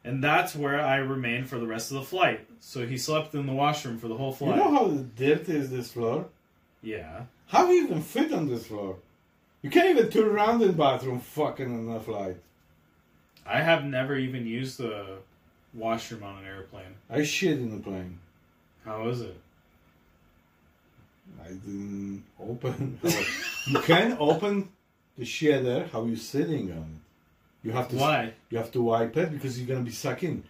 S1: And that's where I remained for the rest of the flight. So he slept in the washroom for the whole
S2: You
S1: flight.
S2: know how dirty is this floor?
S1: yeah.
S2: How do you even fit on this floor? You can't even turn around in bathroom fucking on the flight.
S1: I have never even used the washroom on an airplane.
S2: I shit in the plane.
S1: How is it?
S2: I didn't open. you can open the shader how you sitting on it. You have to.
S1: Why?
S2: You have to wipe it because you're gonna be sucking.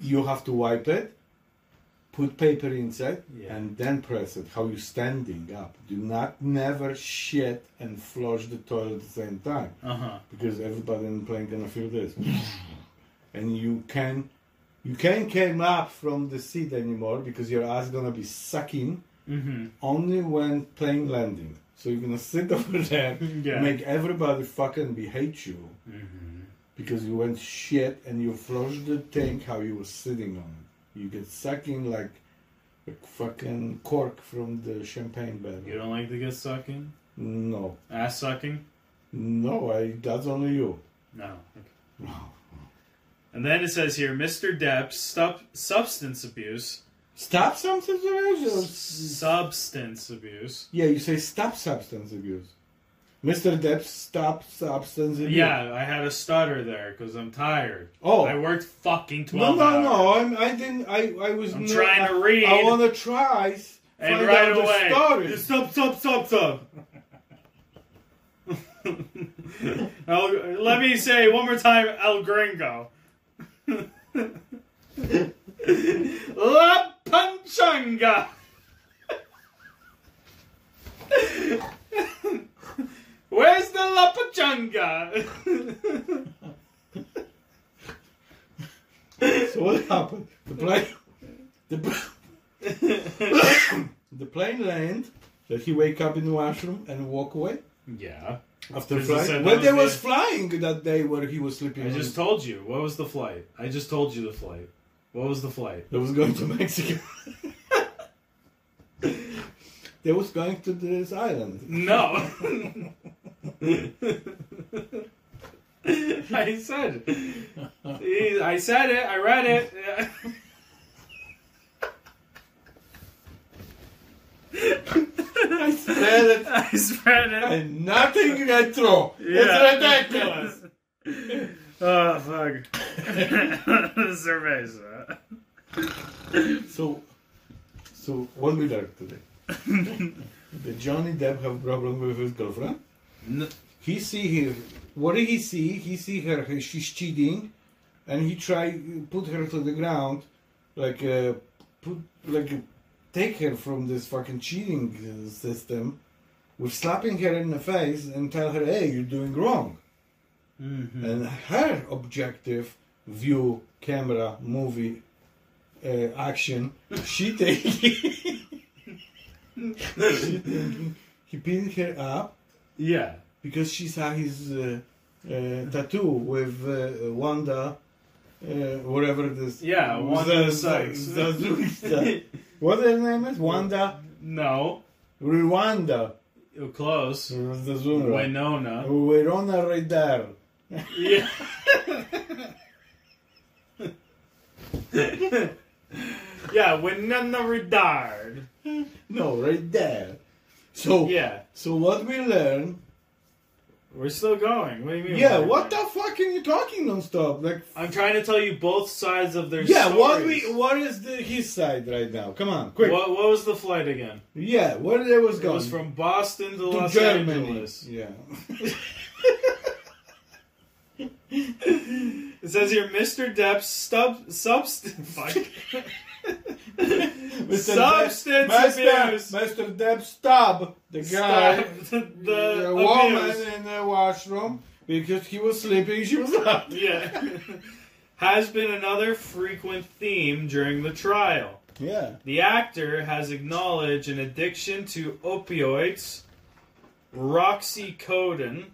S2: You have to wipe it, put paper inside,
S1: Yeah.
S2: and then press it. How you standing up? Do not never shit and flush the toilet at the same time
S1: Uh huh.
S2: because everybody in the plane gonna feel this. and you can, you can't came up from the seat anymore because your ass gonna be sucking
S1: Mm
S2: only when plane landing. So you're gonna sit over there,
S1: Yeah.
S2: make everybody fucking be hate you
S1: hmm. Mm hmm.
S2: because you went shit and you flushed the tank how you were sitting on it. You get sucking like a fucking cork from the champagne bottle.
S1: You don't like to get sucking?
S2: No,
S1: Ass sucking?
S2: no, I. That's only you.
S1: No. And then it says here Mr. Depp, stup- substance abuse.
S2: Stop substance abuse.
S1: Substance abuse.
S2: Yeah, you say stop substance abuse. Mr. Depp, stop substance abuse.
S1: Yeah, I had a stutter there because I'm tired.
S2: Oh.
S1: I worked fucking
S2: No,
S1: twelve.
S2: no,
S1: hours.
S2: no. I'm, I didn't. I, I was.
S1: uh, I'm
S2: no-
S1: trying to
S2: I-
S1: read.
S2: I want to try. s-
S1: And
S2: find
S1: right
S2: out the
S1: away,
S2: story.
S1: stop, stop, stop, stop. El, let me say one more time, El Gringo. La Panchanga. Where's the La Pachanga?
S2: So what happened? The plane, the, pl- the plane land. Did he wake up in the washroom and walk away
S1: yeah.
S2: after
S1: Because he said that
S2: flying? When
S1: was
S2: they
S1: the-
S2: was flying that day where he was sleeping,
S1: I
S2: on
S1: just
S2: the-
S1: told you. What was the flight? I just told you the flight. What was the flight?
S2: they was going to Mexico. they was going to this island.
S1: No. I said. it. I said it. I read it. I
S2: spread it.
S1: I spread it.
S2: And nothing retro.
S1: Yeah.
S2: It's ridiculous.
S1: Oh fuck! Cerveza.
S2: So, so what we learned today? Did Johnny Depp have problem with his girlfriend?
S1: No.
S2: He see her. What did he see? He see her. he- She's cheating, and he try put her to the ground, like uh, put like take her from this fucking cheating uh, system, with slapping her in the face and tell her, "Hey, you're doing wrong."
S1: Mm-hmm.
S2: and her objective view camera movie uh, action she thinking she thinking he pinned her up
S1: Yeah.
S2: because she saw his uh, uh, tattoo with uh, Wanda uh, whatever this
S1: Yeah, Wanda Sykes.
S2: Zazuista. what her name is Wanda
S1: No.
S2: Rwanda
S1: Close.
S2: Zazura.
S1: Winona.
S2: Verona Radar
S1: Yeah. yeah, Winona Redard.
S2: no right there so
S1: Yeah,
S2: so what we learn
S1: we're still going. What do you mean?
S2: Yeah,
S1: we're
S2: what the
S1: going?
S2: fuck are you talking nonstop? Like,
S1: I'm trying to tell you both sides of their
S2: yeah, what we
S1: stories.
S2: what is the his side right now? Come on, quick.
S1: What, what was the flight again?
S2: Yeah, where they was
S1: It
S2: going?
S1: was from Boston to,
S2: to
S1: Los
S2: Germany.
S1: Angeles.
S2: Yeah.
S1: It says here, Mr. Depp's stub, substance.
S2: Mr.
S1: substance abuse.
S2: Mr. Mr. Depp stab the guy,
S1: Stop the,
S2: the
S1: woman.
S2: woman in the washroom because he was sleeping. She was up.
S1: Yeah. has been another frequent theme during the trial.
S2: Yeah.
S1: The actor has acknowledged an addiction to opioids, roxycodone,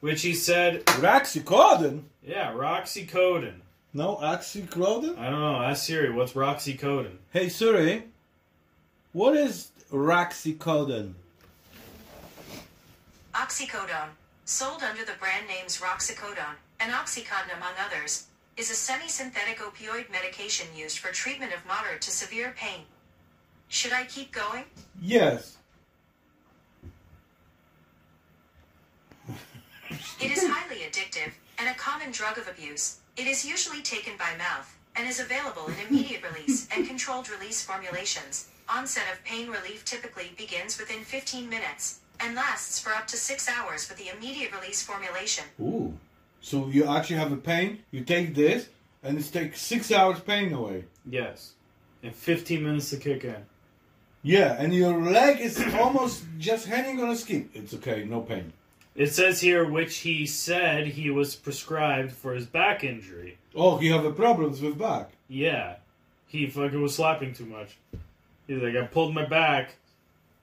S1: which he said,
S2: Roxycodone?
S1: yeah, roxycodone.
S2: No, oxycodone.
S1: I don't know. Ask Siri, what's roxycodone?
S2: Hey Siri, what is roxycodone?
S3: Oxycodone, sold under the brand names Roxicodone and Oxycontin among others, is a semi-synthetic opioid medication used for treatment of moderate to severe pain. Should I keep going?
S2: Yes.
S3: It is highly addictive and a common drug of abuse. It is usually taken by mouth and is available in immediate release and controlled release formulations. Onset of pain relief typically begins within 15 minutes and lasts for up to 6 hours with the immediate release formulation.
S2: Ooh. So you actually have a pain, you take this, and it takes six hours pain away.
S1: Yes. And 15 minutes to kick in.
S2: Yeah, and your leg is almost just hanging on a skin. It's okay, no pain.
S1: It says here, which he said he was prescribed for his back injury.
S2: Oh, you have a problems with back.
S1: Yeah. He fucking was slapping too much. He's like, I pulled my back.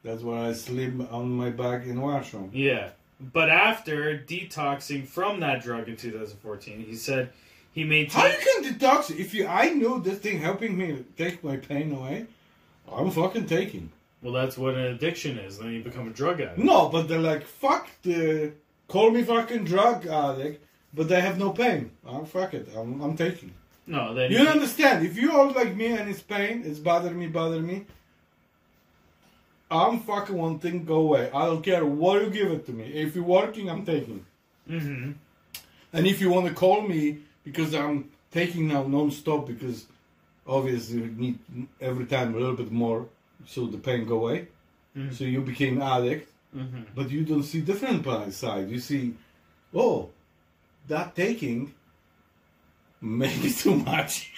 S2: That's why I sleep on my back in washroom.
S1: Yeah. But after detoxing from that drug in 2014, he said he
S2: How
S1: maintained.
S2: you can detox it? if you? I knew this thing helping me take my pain away. I'm fucking taking.
S1: Well, that's what an addiction is. Then you become a drug addict.
S2: No, but they're like fuck the call me fucking drug addict, but they have no pain. Oh, fuck it, I'm, I'm taking.
S1: No, then
S2: You don't understand? If you all like me and it's pain, it's bother me, bother me. I'm fucking one thing, go away. I don't care what you give it to me. If you're working, I'm taking.
S1: hmm
S2: And if you want to call me because I'm taking now non-stop because obviously you need every time a little bit more so the pain go away.
S1: Mhm.
S2: So you became addict,
S1: hmm
S2: but you don't see different pa- side. You see, oh, that taking maybe too much,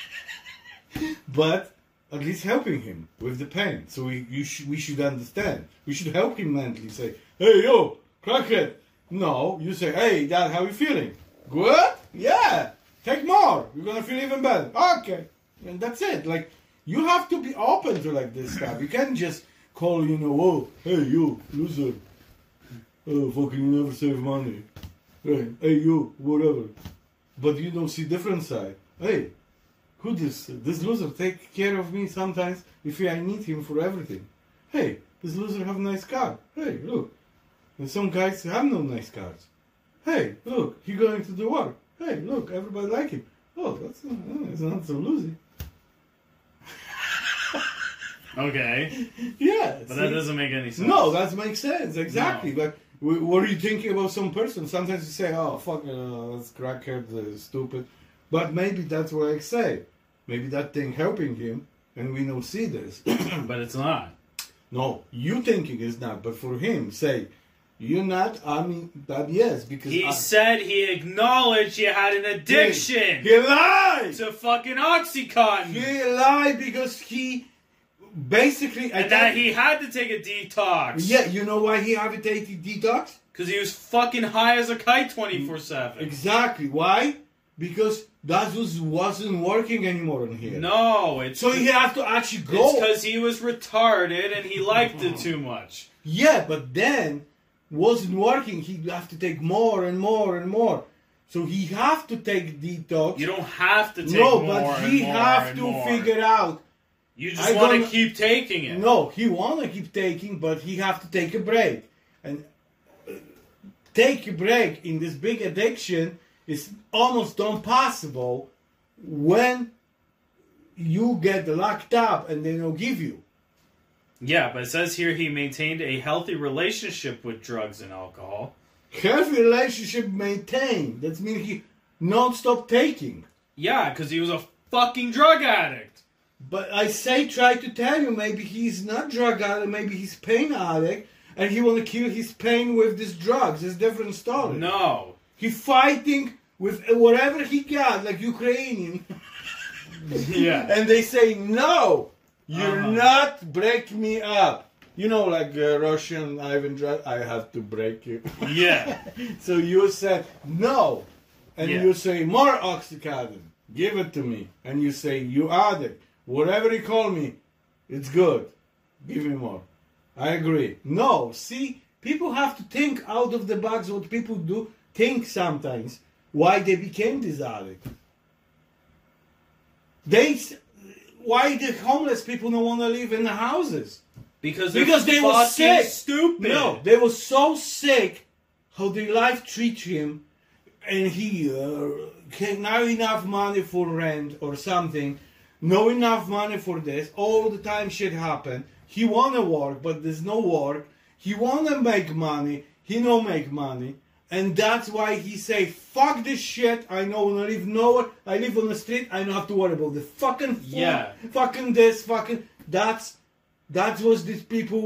S2: but at least helping him with the pain. So we you sh- we should understand. We should help him mentally. Say, hey yo, crackhead. No, you say, hey dad, how you feeling? Good. Yeah. Take more. You're gonna feel even better. Okay. And that's it. Like you have to be open to like this stuff. You can't just call you know, oh hey you loser. Oh fucking you never save money. Hey, hey you whatever. But you don't see different side. Hey, who this this loser take care of me sometimes if I need him for everything. Hey, this loser have nice car. Hey, look. And some guys have no nice cars. Hey, look, he going to the work. Hey, look, everybody like him. Oh, that's uh, it's not so loser.
S1: Okay.
S2: Yeah,
S1: But that
S2: see?
S1: doesn't make any sense.
S2: No, that makes sense exactly. But w- what are you thinking about some person? Sometimes you say, "Oh, fuck, uh, that's crackhead, uh, stupid," but maybe that's what I say. Maybe that thing helping him, and we don't see this.
S1: But it's not.
S2: no, you thinking is not, but for him, say, "You're not." I mean, that yes, because
S1: He
S2: I-
S1: said he acknowledged he had an addiction
S2: He lied.
S1: to fucking Oxycontin.
S2: He lied because he basically
S1: and that he had to take a detox.
S2: Yeah, you know why he have a daily detox?
S1: Because he was fucking high as a kite 24 7.
S2: Exactly. Why? Because that was wasn't working anymore in here.
S1: No, it's
S2: So he have to actually go.
S1: because he was retarded and he liked it too much.
S2: Yeah, but then wasn't working. He have to take more and more and more. So he have to take detox.
S1: You don't have to take
S2: no,
S1: more
S2: but
S1: and
S2: he
S1: more
S2: have
S1: and
S2: to
S1: more.
S2: figure out.
S1: You just
S2: I
S1: want to
S2: don't-
S1: keep taking it.
S2: No, he wanna keep taking, but he have to take a break. And uh, take a break in this big addiction is almost impossible when you get locked up and they don't give you.
S1: Yeah, but it says here he maintained a healthy relationship with drugs and alcohol.
S2: Healthy relationship maintained. That means he non-stop taking.
S1: Yeah, because he was a fucking drug addict.
S2: But I say try to tell you maybe he's not drug addict, maybe he's pain addict, and he wanna kill his pain with these drugs. It's different story.
S1: No.
S2: He fighting with whatever he got, like Ukrainian,
S1: yeah.
S2: and they say no, you're
S1: Uh-huh.
S2: not break me up. You know, like uh, Russian Ivan Dra- I have to break you.
S1: Yeah.
S2: so you said no, and
S1: Yeah.
S2: you say more oxycodone. Give it to me, and you say you addict. Whatever you call me, it's good. Give me more. I agree. No, see, people have to think out of the box. What people do think sometimes why they became this addict. They s- why the homeless people don't want to live in the houses.
S1: Because they're
S2: Because they were
S1: fucking
S2: sick.
S1: Stupid.
S2: No, they were so sick how their life treat him, and he uh, can not enough money for rent or something, no enough money for this. All the time shit happen. He wanna work, but there's no work. He wanna make money. He no make money. And that's why he say, fuck this shit, I know when I live nowhere, I live on the street, I don't have to worry about the fucking food,
S1: Yeah.
S2: fucking this, fucking that's that was these people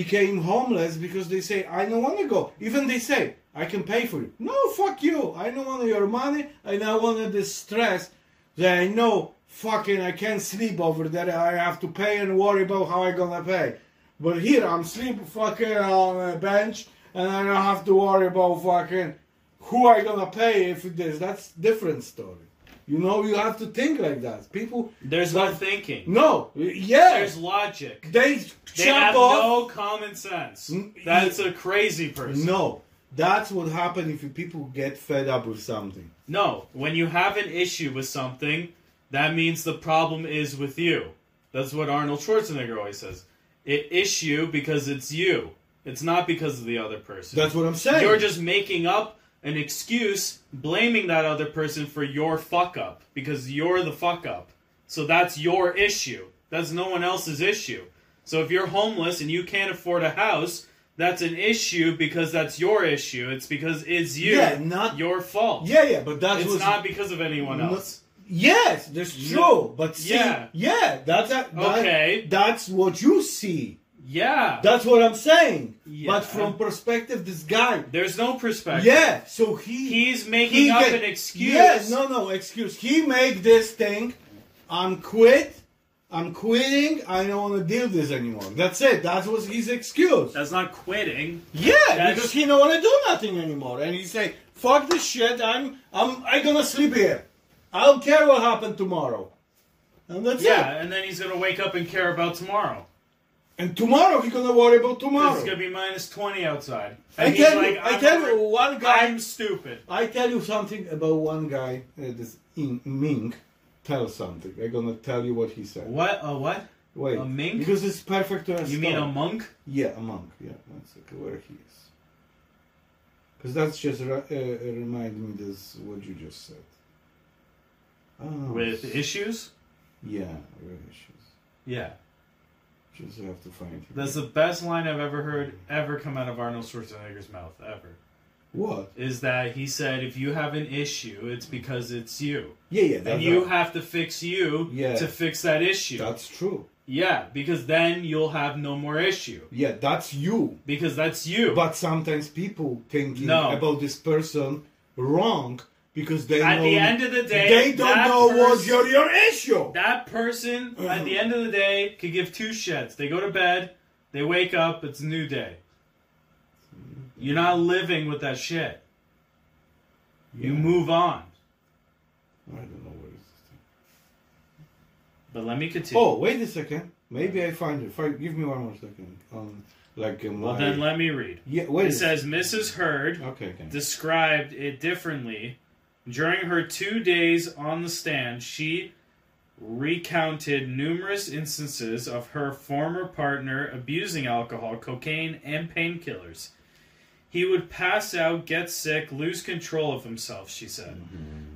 S2: became homeless because they say I don't want to go. Even they say I can pay for you. No, fuck you. I don't want your money. I don't want the stress that I know fucking I can't sleep over there. I have to pay and worry about how I gonna pay. But here I'm sleep fucking on a bench and I don't have to worry about fucking who I gonna pay if it is. That's different story. You know you have to think like that. People
S1: There's no thinking.
S2: no yeah
S1: There's logic.
S2: they
S1: They
S2: chop
S1: have
S2: off.
S1: no common sense.
S2: Mm,
S1: That's a crazy person.
S2: No, that's what happens if you people get fed up with something.
S1: No, when you have an issue with something, that means the problem is with you. That's what Arnold Schwarzenegger always says. It issue because it's you. It's not because of the other person.
S2: That's what I'm saying.
S1: You're just making up an excuse, blaming that other person for your fuck up because you're the fuck up. So that's your issue. That's no one else's issue. So if you're homeless and you can't afford a house, that's an issue because that's your issue. It's because it's you,
S2: Yeah, not-
S1: your fault.
S2: yeah, yeah, but that's
S1: it's
S2: what.
S1: not because of anyone
S2: No-
S1: else.
S2: yes, that's
S1: No.
S2: true. But see,
S1: Yeah.
S2: yeah, that's a, that,
S1: Okay.
S2: That's what you see.
S1: Yeah,
S2: That's what I'm saying.
S1: Yeah.
S2: But from perspective, this guy.
S1: there's no perspective.
S2: Yeah, so he
S1: he's making
S2: he
S1: up
S2: get-
S1: an excuse.
S2: Yeah, no, no excuse. He make this thing. I'm quit. I'm quitting. I don't want to deal with this anymore. That's it. That was his excuse.
S1: that's not quitting.
S2: Yeah,
S1: That's-
S2: because he don't want to do nothing anymore, and he say, "Fuck this shit. I'm, I'm, I gonna sleep here. I don't care what happened tomorrow." And that's it.
S1: Yeah, and then he's gonna wake up and care about tomorrow.
S2: And tomorrow he gonna worry about tomorrow.
S1: It's gonna be minus twenty outside.
S2: I
S1: he's
S2: tell you,
S1: like,
S2: I
S1: I'm
S2: tell
S1: already-
S2: you, one guy.
S1: I'm stupid.
S2: I tell you something about one guy. Uh, this in, Ming, tell something. i gonna tell you what he said.
S1: What? A what?
S2: Wait,
S1: a Ming?
S2: Because it's perfect to our
S1: You mean
S2: story.
S1: a monk?
S2: Yeah, a monk. Yeah, one second, where he is. Because that's just re- uh, uh, remind me this what you just said. Oh,
S1: With
S2: s-
S1: issues?
S2: yeah, with issues.
S1: Yeah.
S2: Just have to find him.
S1: That's the best line I've ever heard ever come out of Arnold Schwarzenegger's mouth ever.
S2: what?
S1: Is that he said if you have an issue, it's because it's you.
S2: Yeah, yeah.
S1: And
S2: that's
S1: you
S2: right.
S1: have to fix you
S2: Yeah.
S1: to fix that issue.
S2: That's true.
S1: yeah, because then you'll have no more issue.
S2: Yeah, that's you.
S1: Because that's you.
S2: But sometimes people thinking
S1: No.
S2: about this person wrong because they
S1: At
S2: know,
S1: the end of the day,
S2: they don't
S1: that
S2: know what's
S1: person-
S2: your your issue.
S1: That person, at the end of the day, could give two shits. They go to bed, they wake up, it's a new day. You're not living with that shit. You
S2: Yeah.
S1: move on.
S2: I don't know where is this thing.
S1: But let me continue.
S2: Oh, wait a second. Maybe I find it. Fi- Give me one more second. Um, like um,
S1: well, then let me read.
S2: yeah. Wait.
S1: It
S2: a
S1: says Mrs. Heard
S2: Okay. okay.
S1: described it differently. During her two days on the stand, she recounted numerous instances of her former partner abusing alcohol, cocaine, and painkillers. He would pass out, get sick, lose control of himself, she said.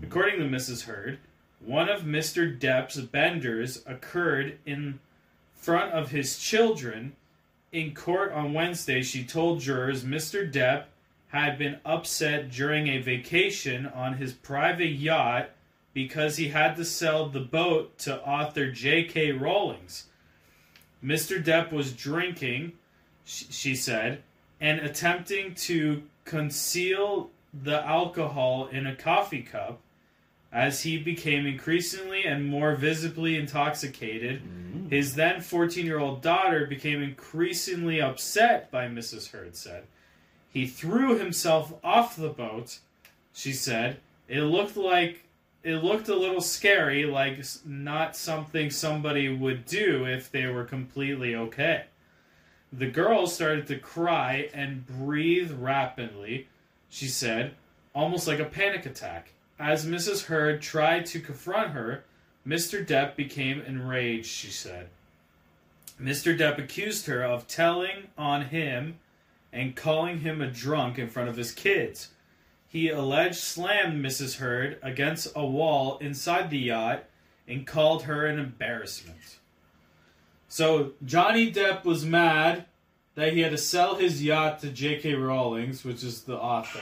S1: According to Mrs. Heard, one of Mr. Depp's benders occurred in front of his children. In court on Wednesday, she told jurors Mr. Depp had been upset during a vacation on his private yacht because he had to sell the boat to author J.K. Rowling's. Mr. Depp was drinking, sh- she said, and attempting to conceal the alcohol in a coffee cup as he became increasingly and more visibly intoxicated. His then 14 year old daughter became increasingly upset by Mrs. Hurd said. He threw himself off the boat, she said. It looked like it looked a little scary, like s- not something somebody would do if they were completely okay. The girl started to cry and breathe rapidly, she said, almost like a panic attack. As Mrs. Hurd tried to confront her, Mr. Depp became enraged, she said. Mr. Depp accused her of telling on him and calling him a drunk in front of his kids. He alleged slammed Mrs. Hurd against a wall inside the yacht and called her an embarrassment. So Johnny Depp was mad that he had to sell his yacht to J.K. Rowling's, which is the author.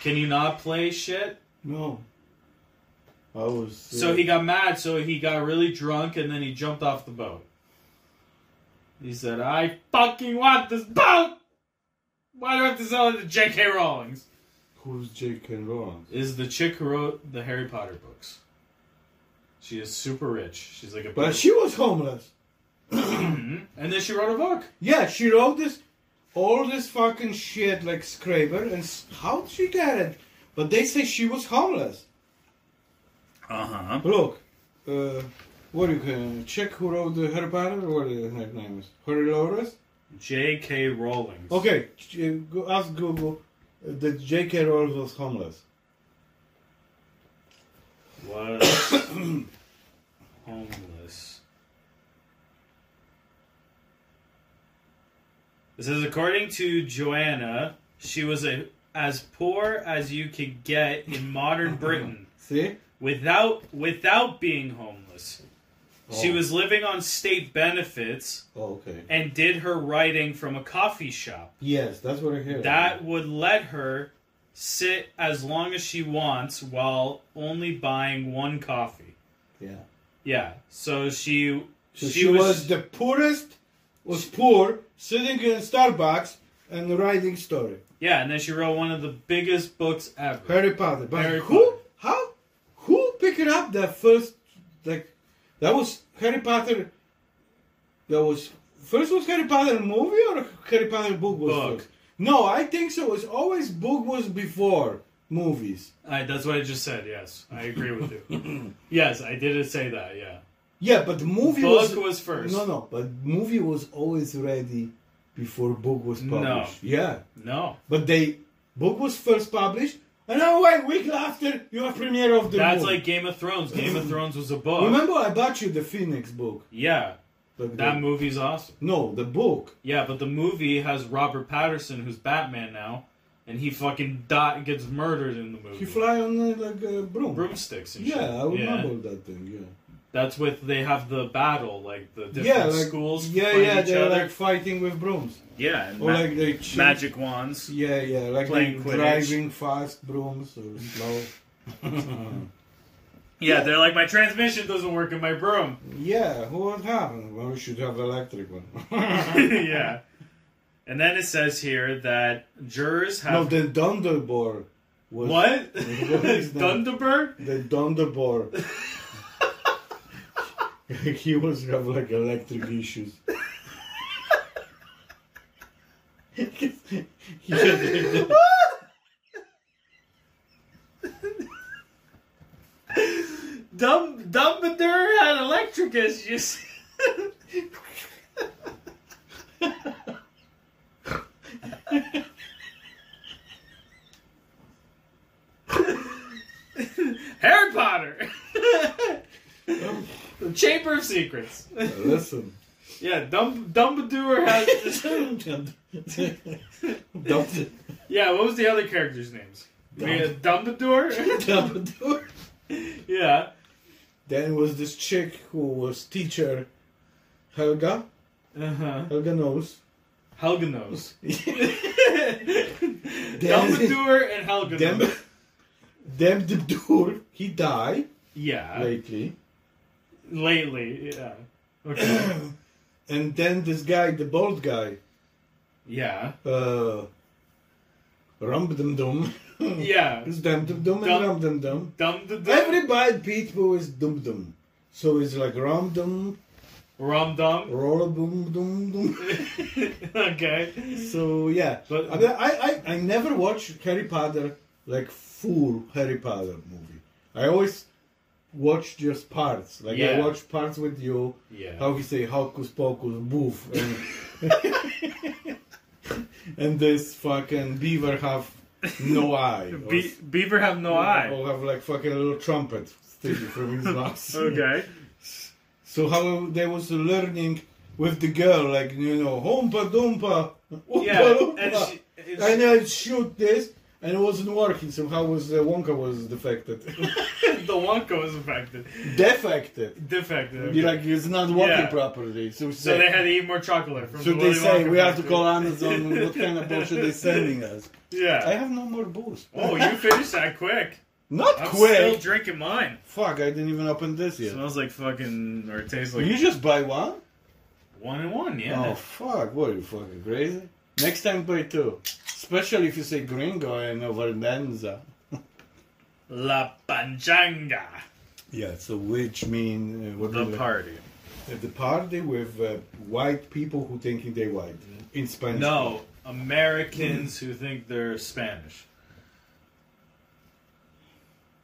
S1: Can you not play shit?
S2: No. I was. uh,
S1: So he got mad, so he got really drunk, and then he jumped off the boat. He said, I fucking want this boat! Why do I have to sell it to J.K. Rowling's?
S2: Who's J.K. Rowling?
S1: Is the chick who wrote the Harry Potter books. She is super rich. She's like a
S2: But she was homeless.
S1: Mhm. And then she wrote a book.
S2: Yeah, she wrote this, all this fucking shit like Scraper, and s- how'd she get it? But they say she was homeless.
S1: Uh huh.
S2: Look, uh, what do you can check who wrote the Harry Potter? What is her name is? Harry Lawrence?
S1: J.K. Rowling's.
S2: Okay, ch- go ask Google uh, that J.K. Rowling was homeless.
S1: was homeless. It says, according to Joanna, she was a, as poor as you could get in modern Britain
S2: See?
S1: without without being homeless. She
S2: Oh.
S1: was living on state benefits
S2: Okay.
S1: and did her writing from a coffee shop.
S2: Yes, that's what I hear.
S1: That would let her sit as long as she wants while only buying one coffee.
S2: Yeah.
S1: Yeah. So she
S2: So
S1: she,
S2: she,
S1: was,
S2: was, the poorest, was poor, sitting in Starbucks and writing story.
S1: yeah, and then she wrote one of the biggest books ever.
S2: Harry Potter. But
S1: Harry
S2: who?
S1: Potter.
S2: How? Who picked up that first? Like that was Harry Potter. That was first was Harry Potter movie or Harry Potter book was
S1: Book.
S2: first? No, I think so. It's always book was before movies.
S1: I, that's what I just said. Yes, I agree with you. yes, I did say that. Yeah.
S2: Yeah, but the movie
S1: Book
S2: was,
S1: was first.
S2: No, no, but movie was always ready before book was
S1: No.
S2: published. Yeah,
S1: No,
S2: but they book was first published, and now wait, week after you have premiere of the
S1: that's
S2: movie.
S1: like Game of Thrones. Game of Thrones was a book.
S2: Remember, I bought you the Phoenix book.
S1: Yeah,
S2: Like
S1: that
S2: the-
S1: movie's awesome.
S2: no, the book.
S1: Yeah, but the movie has Robert Patterson, who's Batman now, and he fucking dot gets murdered in the movie.
S2: He fly on uh, like a broom.
S1: broomsticks and shit.
S2: Yeah, I remember that thing.
S1: That's with they have the battle, like the
S2: Yeah.
S1: different
S2: Yeah, like
S1: schools
S2: Yeah,
S1: fight
S2: yeah,
S1: each
S2: they're
S1: other.
S2: like fighting with brooms.
S1: yeah, and
S2: Or
S1: ma-
S2: like they ch-
S1: magic wands.
S2: Yeah, yeah, like
S1: Playing
S2: they
S1: Quidditch.
S2: driving fast brooms or slow.
S1: Yeah, they're like my transmission doesn't work in my broom.
S2: yeah, what happened? Well, we should have electric one.
S1: yeah. And then it says here that jurors
S2: no,
S1: have
S2: the Dunderbore was
S1: what?
S2: is that?
S1: Dunderberg?
S2: the Dunderbore. he was have like electric issues. he had like the-
S1: Dumb Dumbador had electric issues. Harry Potter. the Chamber of Secrets.
S2: Listen.
S1: Yeah, Dumb Dumbador has
S2: Dumbledore.
S1: Yeah, what was the other characters' names? We had Dumbledore?
S2: Dumbledore.
S1: yeah.
S2: Then was this chick who was teacher Helga.
S1: Uh-huh.
S2: Helga knows.
S1: Helga knows.
S2: Dem-
S1: Dumbledore and Helga knows.
S2: Dumbledore. He died
S1: Yeah.
S2: lately.
S1: Lately, yeah. Okay.
S2: And then this guy, the bald guy,
S1: yeah.
S2: uh, Rum dum dum.
S1: Yeah.
S2: It's dum dum dum and
S1: Dum-
S2: rum dum dum.
S1: Dum dum dum.
S2: Everybody people is dum dum. So it's like rum dum,
S1: Rum dum.
S2: roll dum dum dum.
S1: okay.
S2: So yeah,
S1: But-
S2: I, mean, I I I never watched Harry Potter like full Harry Potter movie. I always watch just parts. Like I
S1: Yeah.
S2: watch parts with you.
S1: Yeah.
S2: How we say hocus pocus boof and, and this fucking beaver have no eye. or
S5: Be- beaver have no eye.
S2: Or have like fucking little trumpet sticking from his mouth.
S5: Okay.
S2: So how they was learning with the girl, like you know, hompa dumpa, oompa
S1: Yeah,
S2: loompa.
S1: and she- and
S2: and I shoot this, and it wasn't working. So how was uh, Wonka was defected?
S1: the Wonka was infected.
S2: defected.
S1: Defected. okay.
S2: You're Like it's not working
S1: Yeah.
S2: properly. So,
S1: so they had to eat more chocolate from
S2: so
S1: the
S2: they
S1: Willy
S2: say
S1: Wonka
S2: we have to
S1: factory.
S2: call Amazon. what kind of bullshit they sending us? I
S1: Yeah.
S2: have no more booze.
S1: Oh, you finished that quick.
S2: Not
S5: I'm
S2: quick.
S5: still drinking mine.
S2: Fuck! I didn't even open this yet.
S5: Smells like fucking or tastes like
S2: you just buy one?
S1: One and one, yeah.
S2: Oh fuck! What are you fucking crazy? Next time buy two, especially if you say gringo and overdenza.
S1: La Panchanga.
S2: Yeah, so which mean uh, what
S5: the
S2: is it?
S5: party.
S2: the party with uh, white people who thinking they white in Spanish.
S1: No, Americans who think they're Spanish.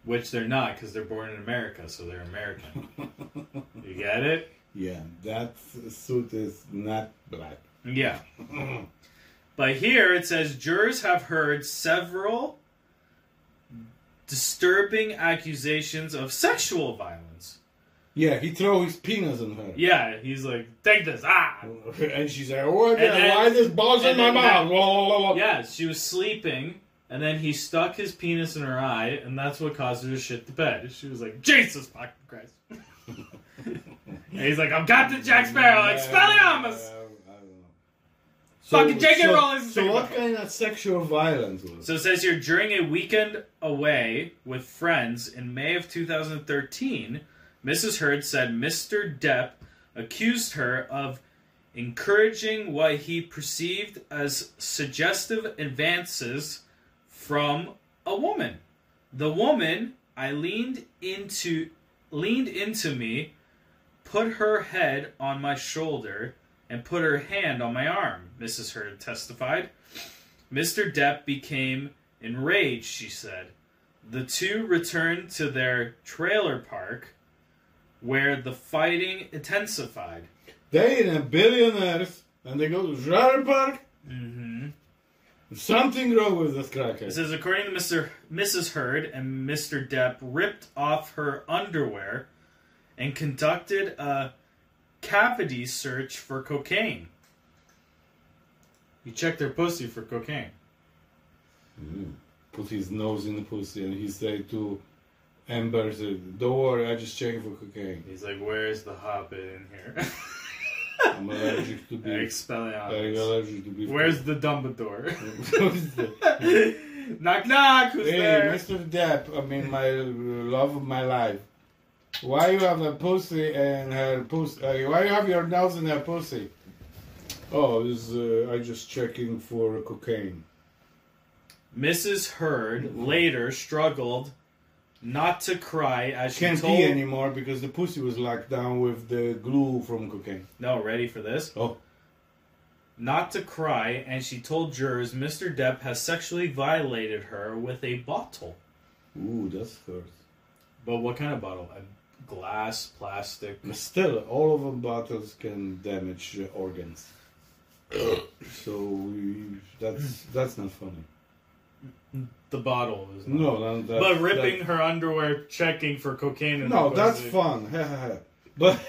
S1: Which they're not because they're born in America, so they're American. you get it?
S2: Yeah, that s- suit is not black.
S1: Yeah. but here it says jurors have heard several disturbing accusations of sexual violence.
S2: Yeah, he throw his penis on her.
S1: Yeah, he's like, take this. Ah!
S2: And she's like, "Oh, what?
S1: And then-
S2: why this balls
S1: and
S2: in my
S1: then that-
S2: mouth? Blah, blah, blah, blah.
S1: Yeah, she was sleeping, and then he stuck his penis in her eye, and that's what caused her to shit the bed. She was like, Jesus fucking Christ. and he's like, I'm Captain Jack Sparrow, Expelliarmus!
S2: So-
S1: Fucking J.K.
S2: so-
S1: Rowling is
S2: So
S1: thinking
S2: what
S1: about it.
S2: kind of sexual violence was?
S1: So it says here during a weekend away with friends in May of 2013, Mrs. Heard said Mr. Depp accused her of encouraging what he perceived as suggestive advances from a woman. The woman I leaned into leaned into me, put her head on my shoulder, and put her hand on my arm, Mrs. Heard testified. Mr. Depp became enraged, she said. The two returned to their trailer park where the fighting intensified.
S2: They in a billionaires and they go to Jara Park.
S1: Mm-hmm.
S2: Something wrong with this cracker.
S1: It says, according to Mr. Mrs. Heard and Mr. Depp, ripped off her underwear and conducted a cavity search for cocaine. You check their pussy for cocaine.
S2: Put his nose in the pussy and he said to Amber, said, "Don't worry, I just checking for cocaine.
S1: He's like, "Where's the hobbit in here?"
S2: I'm allergic to beef. I'm
S1: Expelliarmus.
S2: allergic to beef.
S1: Where's the Dumbledore?
S2: Who's the-
S1: knock knock, who's
S2: hey,
S1: there?
S2: Mr. Depp? I mean, my love of my life. Why you have a pussy and her pussy? Uh, why you have your nose in her pussy? Oh, this, uh, I just checking for cocaine.
S1: Mrs. Heard later struggled not to cry as she
S2: Can't
S1: told
S2: be anymore because the pussy was locked down with the glue from cocaine.
S1: No, ready for this?
S2: Oh.
S1: Not to cry, and she told jurors Mr. Depp has sexually violated her with a bottle.
S2: Ooh, that's hurt.
S1: But what kind of bottle? A glass, plastic.
S2: But still, all of them bottles can damage uh, organs. so we, that's that's not funny.
S1: The bottle is not-
S2: No, no that's,
S1: But ripping
S2: that-
S1: her underwear, checking for cocaine. in
S2: no,
S1: the
S2: that's
S1: pussy.
S2: fun. Heh, heh, heh. but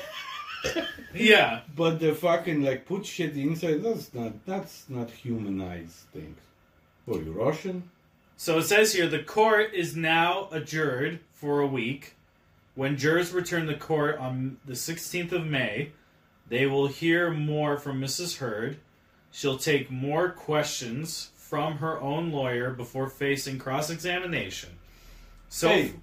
S1: Yeah,
S2: but the fucking like put shit inside. That's not that's not humanized things. What are you Russian?
S1: So it says here the court is now adjourned for a week. When jurors return to court on the 16th of May, they will hear more from Mrs. Heard. She'll take more questions from her own lawyer before facing cross examination. So,
S2: Hey.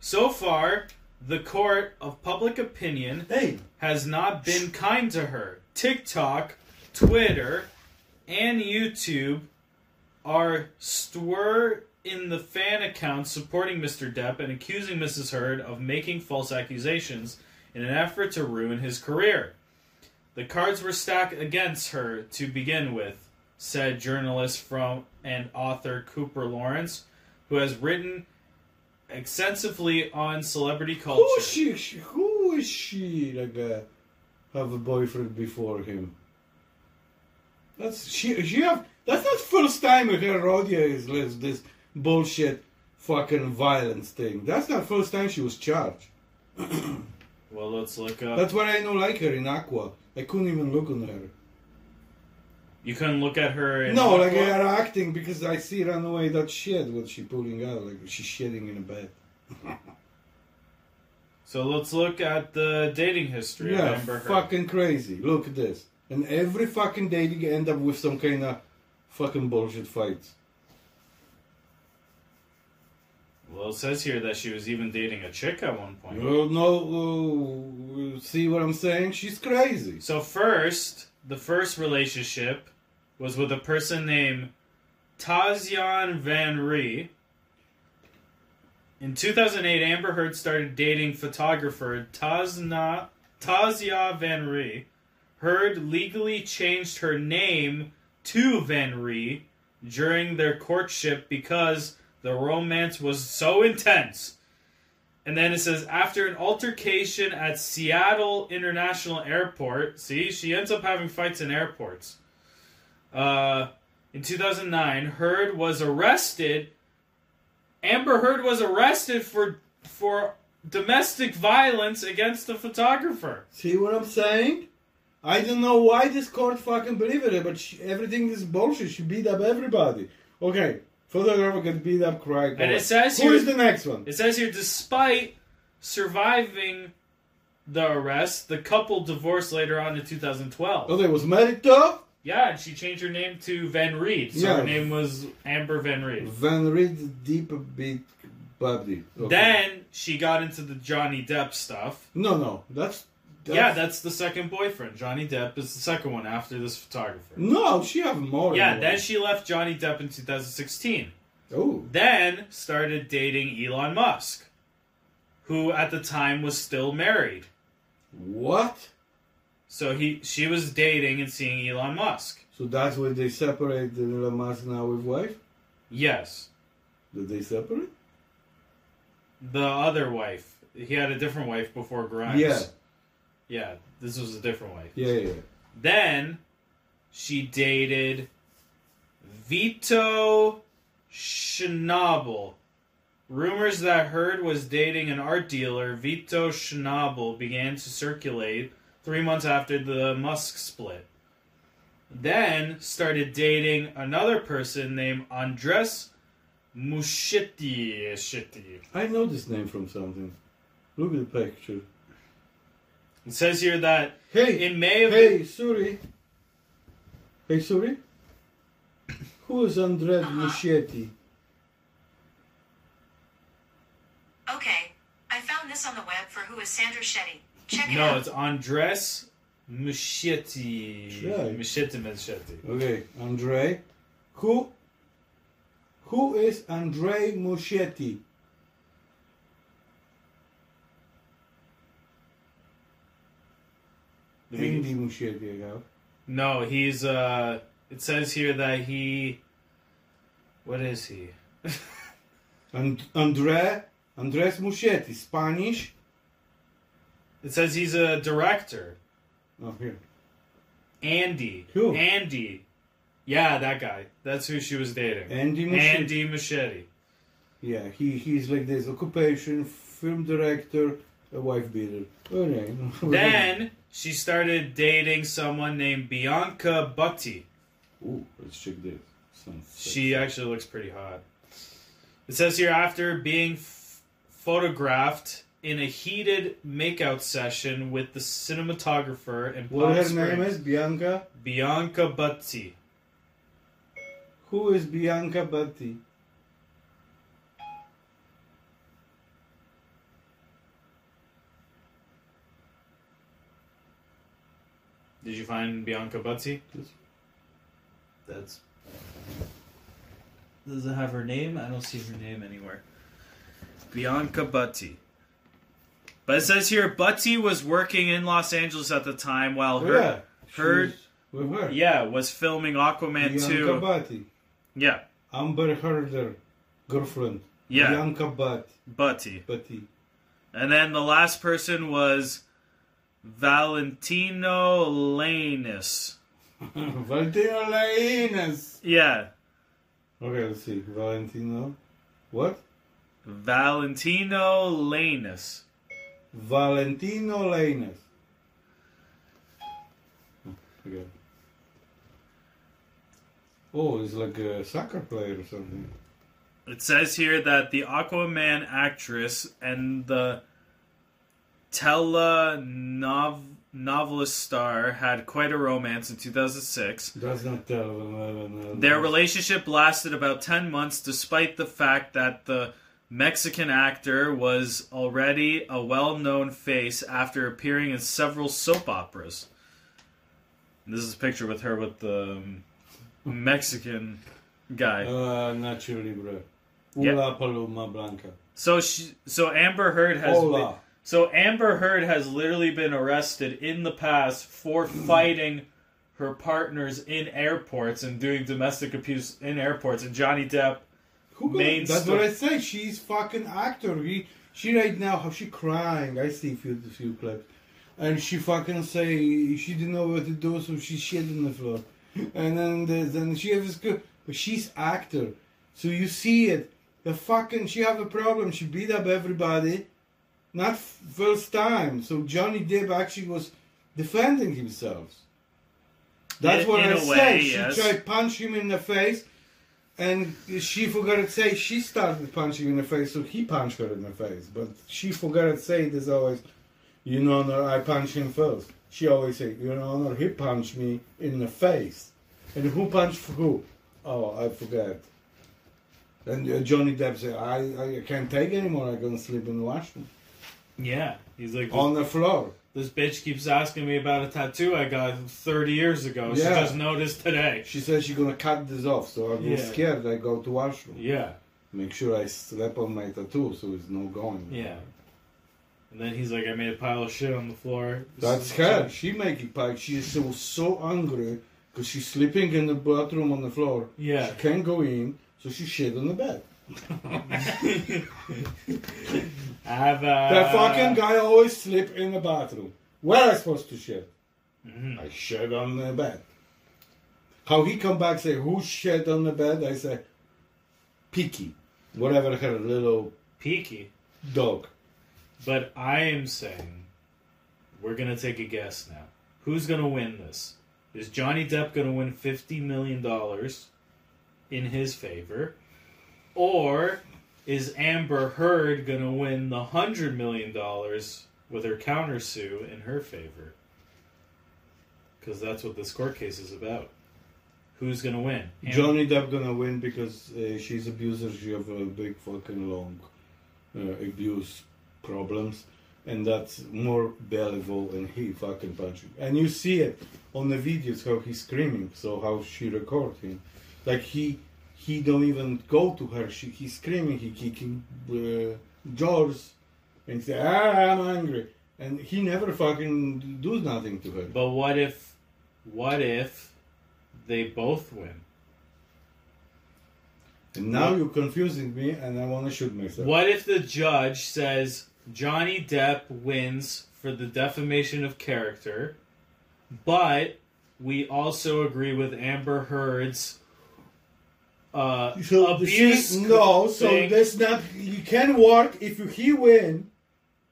S1: so far, the court of public opinion
S2: Hey,
S1: has not been kind to her. TikTok, Twitter, and YouTube are stir in the fan accounts supporting Mr. Depp and accusing Mrs. Heard of making false accusations in an effort to ruin his career. The cards were stacked against her to begin with, said journalist from and author Cooper Lawrence, who has written extensively on celebrity culture.
S2: Who is she? she- Who is she? Like, uh, have a boyfriend before him. That's she. She have. That's not first time Herodia is this, this bullshit, fucking violence thing. That's not first time she was charged.
S1: Well, let's look up.
S2: That's why I don't like her in Aqua. I couldn't even look on her.
S1: You couldn't look at her. In
S2: No,
S1: Aqua?
S2: like her acting because I see run away that shit. What she pulling out? Like she's shedding in a bed.
S1: So let's look at the dating history. of
S2: Yeah,
S1: Amber Heard.
S2: fucking crazy. Look at this. And every fucking day you end up with some kind of fucking bullshit fights.
S1: Well, it says here that she was even dating a chick at one point.
S2: You know, uh, see what I'm saying? She's crazy.
S1: So first, the first relationship was with a person named Tazian Van Ree. In 2008, Amber Heard started dating photographer Tazna Tazia Van Ree. Heard legally changed her name to Van Ree during their courtship because the romance was so intense and then it says after an altercation at Seattle International Airport. See, she ends up having fights in airports. Uh, in 2009, Heard was arrested. Amber Heard was arrested for for domestic violence against the photographer.
S2: See what I'm saying? I don't know why this court fucking believed her, but she, everything is bullshit. She beat up everybody. Okay, photographer can beat up cry.
S1: And it says
S2: Who
S1: here-
S2: is the next one?
S1: It says here, despite surviving the arrest, the couple divorced later on in 2012.
S2: Oh, they was married to
S1: Yeah, and she changed her name to Van Reed. So
S2: Yeah.
S1: her name was Amber Van Reed.
S2: Van Reed Deep Beat Buddy. Okay.
S1: Then she got into the Johnny Depp stuff.
S2: No, no, that's, that's
S1: yeah, that's the second boyfriend. Johnny Depp is the second one after this photographer.
S2: No, she have more.
S1: Yeah,
S2: than
S1: then
S2: one.
S1: she left Johnny Depp in 2016.
S2: Oh,
S1: Then started dating Elon Musk, who at the time was still married.
S2: what?
S1: So he she was dating and seeing Elon Musk.
S2: So that's why they separate the Elon Musk now with wife.
S1: Yes.
S2: Did they separate?
S1: The other wife. He had a different wife before Grimes.
S2: Yeah,
S1: Yeah, this was a different wife.
S2: yeah, yeah.
S1: Then she dated Vito Schnabel. Rumors that Heard was dating an art dealer, Vito Schnabel, began to circulate three months after the Musk split. Then started dating another person named Andres Muschietti. Schitti.
S2: I know this name from something. Look at the picture.
S1: It says here that
S2: Hey,
S1: in May of
S2: hey, Suri. Hey, Suri. Who is Andrea
S1: Uh-huh.
S2: Muschietti?
S3: Okay, I found this on the web for who is Sandra Shetty. Check it
S1: no,
S3: out.
S1: it's Andres Muschietti.
S2: Sure.
S1: Muschietti, Muschietti.
S2: Okay, Andre. Who? Who is Andre Muschietti?
S1: Did we-
S2: Andy Muschietti, I have.
S1: No, he's uh it says here that he what is he?
S2: And Andre, Andres Muschietti, Spanish.
S1: It says he's a director.
S2: Oh, here.
S1: Andy.
S2: Who?
S1: Andy. Yeah, that guy. That's who she was dating.
S2: Andy Muschietti.
S1: Andy Machete.
S2: Yeah, he, he's like this occupation, film director, a wife beater. Okay.
S1: Then she started dating someone named Bianca Butti.
S2: Ooh, let's check this. Sounds
S1: She actually looks pretty hot. It says here after being f- photographed in a heated makeout session with the cinematographer in Palm
S2: What her
S1: Springs,
S2: name is? Bianca.
S1: Bianca Butti.
S2: Who is Bianca Batti?
S1: Did you find Bianca Butti?
S2: Yes.
S1: That's Does it have her name? I don't see her name anywhere. Bianca Butty. But it says here Butty was working in Los Angeles at the time while
S2: Oh,
S1: her
S2: yeah.
S1: Heard-
S2: She's With her.
S1: yeah was filming Aquaman
S2: Bianca
S1: 2.
S2: Bhatti.
S1: yeah,
S2: Amber Heard, her girlfriend.
S1: yeah,
S2: Bianca Bhatti.
S1: Butty.
S2: Bhatti.
S1: And then the last person was Valentino Lanus.
S2: Valentino Lainez.
S1: Yeah,
S2: Okay, let's see. Valentino. What?
S1: Valentino Lanus.
S2: Valentino Lainez. Okay. Oh, he's like a soccer player or something.
S1: It says here that the Aquaman actress and the telenovela novelist star had quite a romance in 2006.
S2: Does not tell. uh, uh,
S1: Their relationship lasted about 10 months, despite the fact that the Mexican actor was already a well known face after appearing in several soap operas. This is a picture with her with the um, Mexican guy.
S2: Uh, Nacho Libre.
S1: Yeah.
S2: Ula Paloma Blanca.
S1: So she, so Amber Heard has
S2: Hola.
S1: so Amber Heard has literally been arrested in the past for fighting her partners in airports and doing domestic abuse in airports and Johnny Depp
S2: Who got-
S1: Main
S2: that's
S1: sto-
S2: what I say. She's fucking actor. He, she right now, how she crying. I see few few clips, and she fucking say she didn't know what to do, so she shit on the floor, and then the, then she has good, but she's actor, so you see it. The fucking she have a problem. She beat up everybody, not f- first time. So Johnny Depp actually was defending himself. That's
S1: In-
S2: what
S1: in
S2: I
S1: a
S2: said.
S1: way,
S2: she
S1: yes.
S2: tried punch him in the face, and she forgot to say she started punching in the face, so he punched her in the face. But she forgot to say this always. You know, no, I punch him first. She always say, you know, no, he punched me in the face. And who punched who? Oh, I forgot. And uh, Johnny Depp said, I, I can't take anymore. I'm going to sleep in the washroom.
S1: yeah he's like
S2: On the floor.
S1: this bitch keeps asking me about a tattoo I got 30 years ago
S2: She Yeah. just
S1: noticed today
S2: She says she's going to cut this off, so I'm
S1: Yeah.
S2: scared. I go to washroom.
S1: yeah
S2: Make sure I slap on my tattoo so it's no going.
S1: yeah and then he's like I made a pile of shit on the floor
S2: That's her. She make it back. She is so so angry because she's sleeping in the bathroom on the floor.
S1: Yeah.
S2: She can't go in, so she shit on the bed.
S1: I've uh,
S2: that fucking guy always sleep in the bathroom. Where I supposed to shit?
S1: Mm-hmm.
S2: I shit on the bed. How he come back say who shit on the bed? I say, Peaky, whatever her little
S1: peaky
S2: dog.
S1: But I am saying we're going to take a guess now. Who's going to win this? Is Johnny Depp going to win $50 million in his favor? Or is Amber Heard going to win the $100 million with her countersue in her favor? Because that's what this court case is about. Who's going to win? Am-
S2: Johnny Depp gonna win because uh, she's abuser. She have a big fucking long uh, abuse problems, and that's more valuable than he fucking punching. And you see it on the videos how he's screaming. So how she record him, like he he don't even go to her. She he's screaming. He kicking uh, doors and say ah I'm angry, and he never fucking do nothing to her.
S1: But what if, what if they both win?
S2: And now you're confusing me, and I wanna shoot myself.
S1: What if the judge says Johnny Depp wins for the defamation of character, but we also agree with Amber Heard's uh,
S2: So
S1: abuse?
S2: she, no, so
S1: thing.
S2: that's not. You can work if you, he win.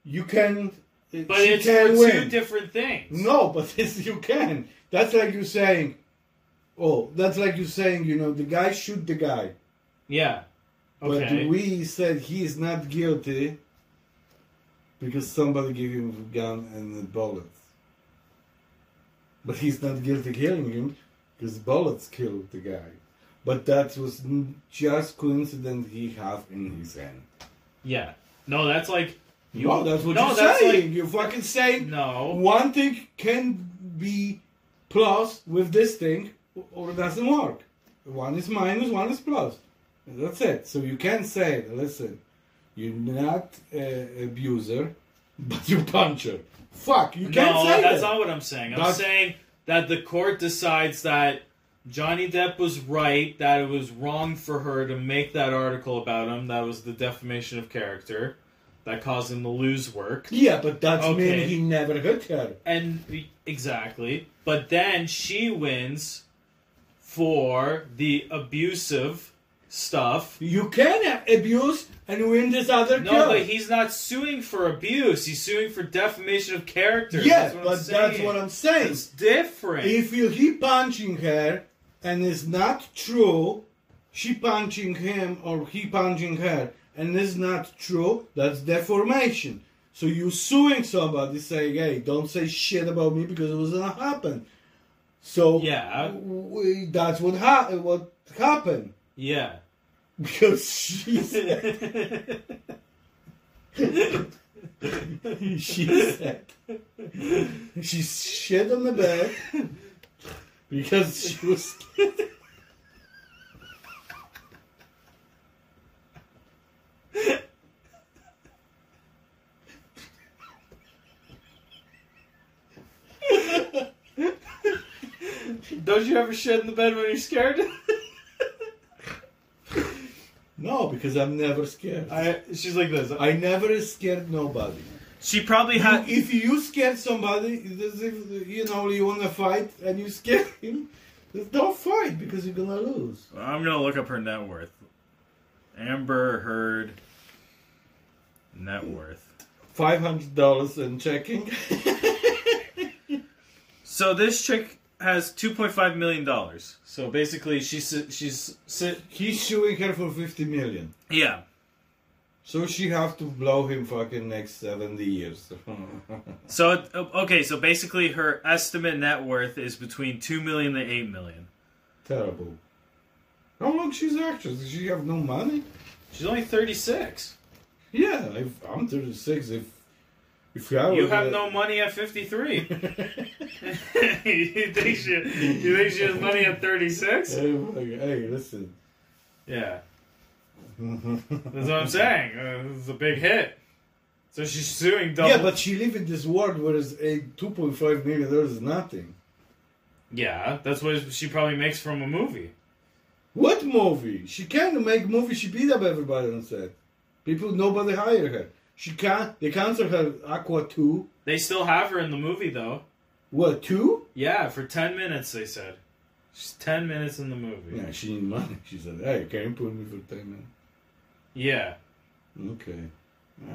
S2: You can. uh,
S1: but
S2: she
S1: it's
S2: can
S1: for
S2: win.
S1: two different things.
S2: No, but it's, you can. That's like you saying. Oh, that's like you saying. You know, the guy shoot the guy,
S1: Yeah.
S2: but
S1: Okay.
S2: we said he is not guilty because somebody gave him a gun and a bullet. But he's not guilty killing him because bullets killed the guy. But that was n- just coincidence he have in his hand.
S1: yeah. No, that's like you.
S2: no, that's what
S1: no,
S2: you're
S1: that's
S2: saying. you're fucking saying
S1: Like, no.
S2: one thing can be plus with this thing, or it doesn't work. One is minus, one is plus. That's it. So you can say, listen, you're not uh, abuser, but you puncher. Fuck, you can't
S1: no,
S2: say
S1: that's
S2: that.
S1: not what I'm saying. I'm
S2: That's-
S1: saying that the court decides that Johnny Depp was right, that it was wrong for her to make that article about him. That was the defamation of character that caused him to lose work.
S2: Yeah, but that's mean
S1: Okay.
S2: he never hit her.
S1: And e, exactly. But then she wins for the abusive stuff.
S2: You can abuse and win this other
S1: No,
S2: girl.
S1: but he's not suing for abuse. He's suing for defamation of character.
S2: yeah,
S1: that's what
S2: but
S1: I'm
S2: that's
S1: saying.
S2: what I'm saying.
S1: It's different.
S2: If you he punching her and it's not true, she punching him or he punching her and it's not true, that's deformation. So you suing somebody saying, "Hey, don't say shit about me because it was not happen." So
S1: Yeah.
S2: we, that's what ha- what happened
S1: yeah.
S2: because she said she said she shit on the bed because she was
S1: Don't you ever shit in the bed when you're scared?
S2: no because I'm never scared. I,
S1: I, she's like this.
S2: never scared nobody.
S5: She probably
S2: You-
S5: had.
S2: if you scared somebody, it is if, you know you want to fight and you scare him, just don't fight because you're gonna lose.
S5: I'm gonna look up her net worth. Amber Heard net worth.
S2: Five hundred dollars and checking.
S5: So this chick has 2.5 million dollars. So basically, she's she's sit.
S2: He's suing her for fifty million.
S5: Yeah,
S2: So she have to blow him fucking next 70 years.
S5: So it- okay, so basically her estimate net worth is between two million to eight million.
S2: Terrible. How long she's actress? Does she have no money?
S1: She's only 36.
S2: Yeah, if I'm 36, if if I
S1: You
S2: would, uh,
S1: have no money at 53. you think she? You think she has money at 36?
S2: Hey, like, hey, listen.
S1: Yeah. That's what I'm saying. Uh, This is a big hit. So she's suing double.
S2: Yeah, but she live in this world where it's a 2.5 million dollars is nothing.
S1: yeah, that's what she probably makes from a movie.
S2: What movie? She can't make movie. She beat up everybody on set. People, nobody hire her. She can't. They cancel her Aqua 2.
S1: They still have her in the movie though.
S2: What, 2?
S1: Yeah, for 10 minutes they said. She's 10 minutes in the movie.
S2: Yeah, she need money. She said, hey, can you put me for 10 minutes?
S1: yeah.
S2: Okay.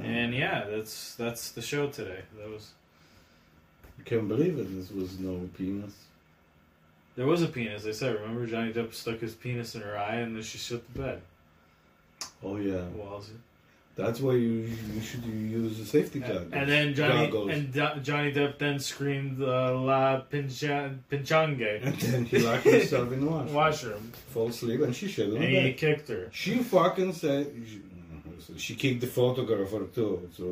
S1: And yeah, that's that's the show today. That was
S2: I can't believe it. This was no penis.
S1: there was a penis. They said. Remember, Johnny Depp stuck his penis in her eye, and then she shut the bed.
S2: Oh yeah,
S1: Walls.
S2: that's why you you should use a safety
S1: And,
S2: goggles.
S1: and then Johnny
S2: Goggles.
S1: and Do- Johnny Depp then screamed uh, "La Pincha- Pinchange."
S2: And then he locked himself in the washroom,
S1: Washroom,
S2: fall asleep, and she shit on
S1: and
S2: the
S1: he
S2: bed.
S1: kicked her.
S2: She fucking said she, Mm-hmm. she kicked the photographer too. So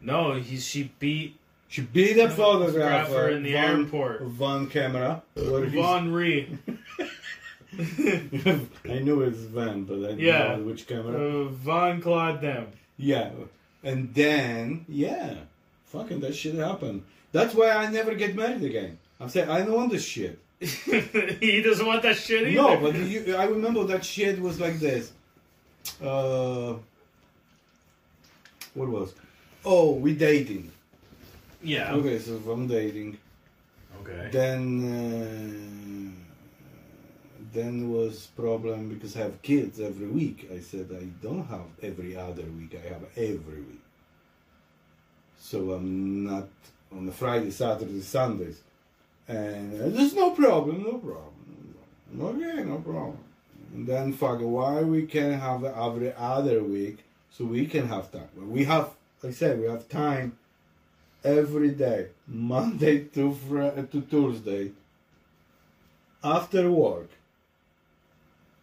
S1: No, he she beat
S2: she beat up
S1: Photographer
S2: photographer
S1: in the
S2: one-
S1: airport.
S2: One camera. Where he's-
S1: Von Ree.
S2: I knew it's van, but I didn't
S1: Yeah.
S2: know which camera.
S1: Uh, Von Claude Dem.
S2: Yeah. And then, yeah, fucking that shit happened. That's why I never get married again. I'm saying I don't want this shit.
S1: he doesn't want that shit either.
S2: No, but you, I remember that shit was like this. Uh, what was? Oh, we dating.
S1: yeah. Okay.
S2: Okay, so if I'm dating, then uh, then was problem because I have kids every week. I said I don't have every other week. I have every week. So I'm not on the Friday, Saturday, Sundays, and uh, there's no problem, no problem. Okay, no problem. And then fuck, why we can have every other week so we can have time. We have, like I said, we have time every day, Monday to Fri to Thursday, after work,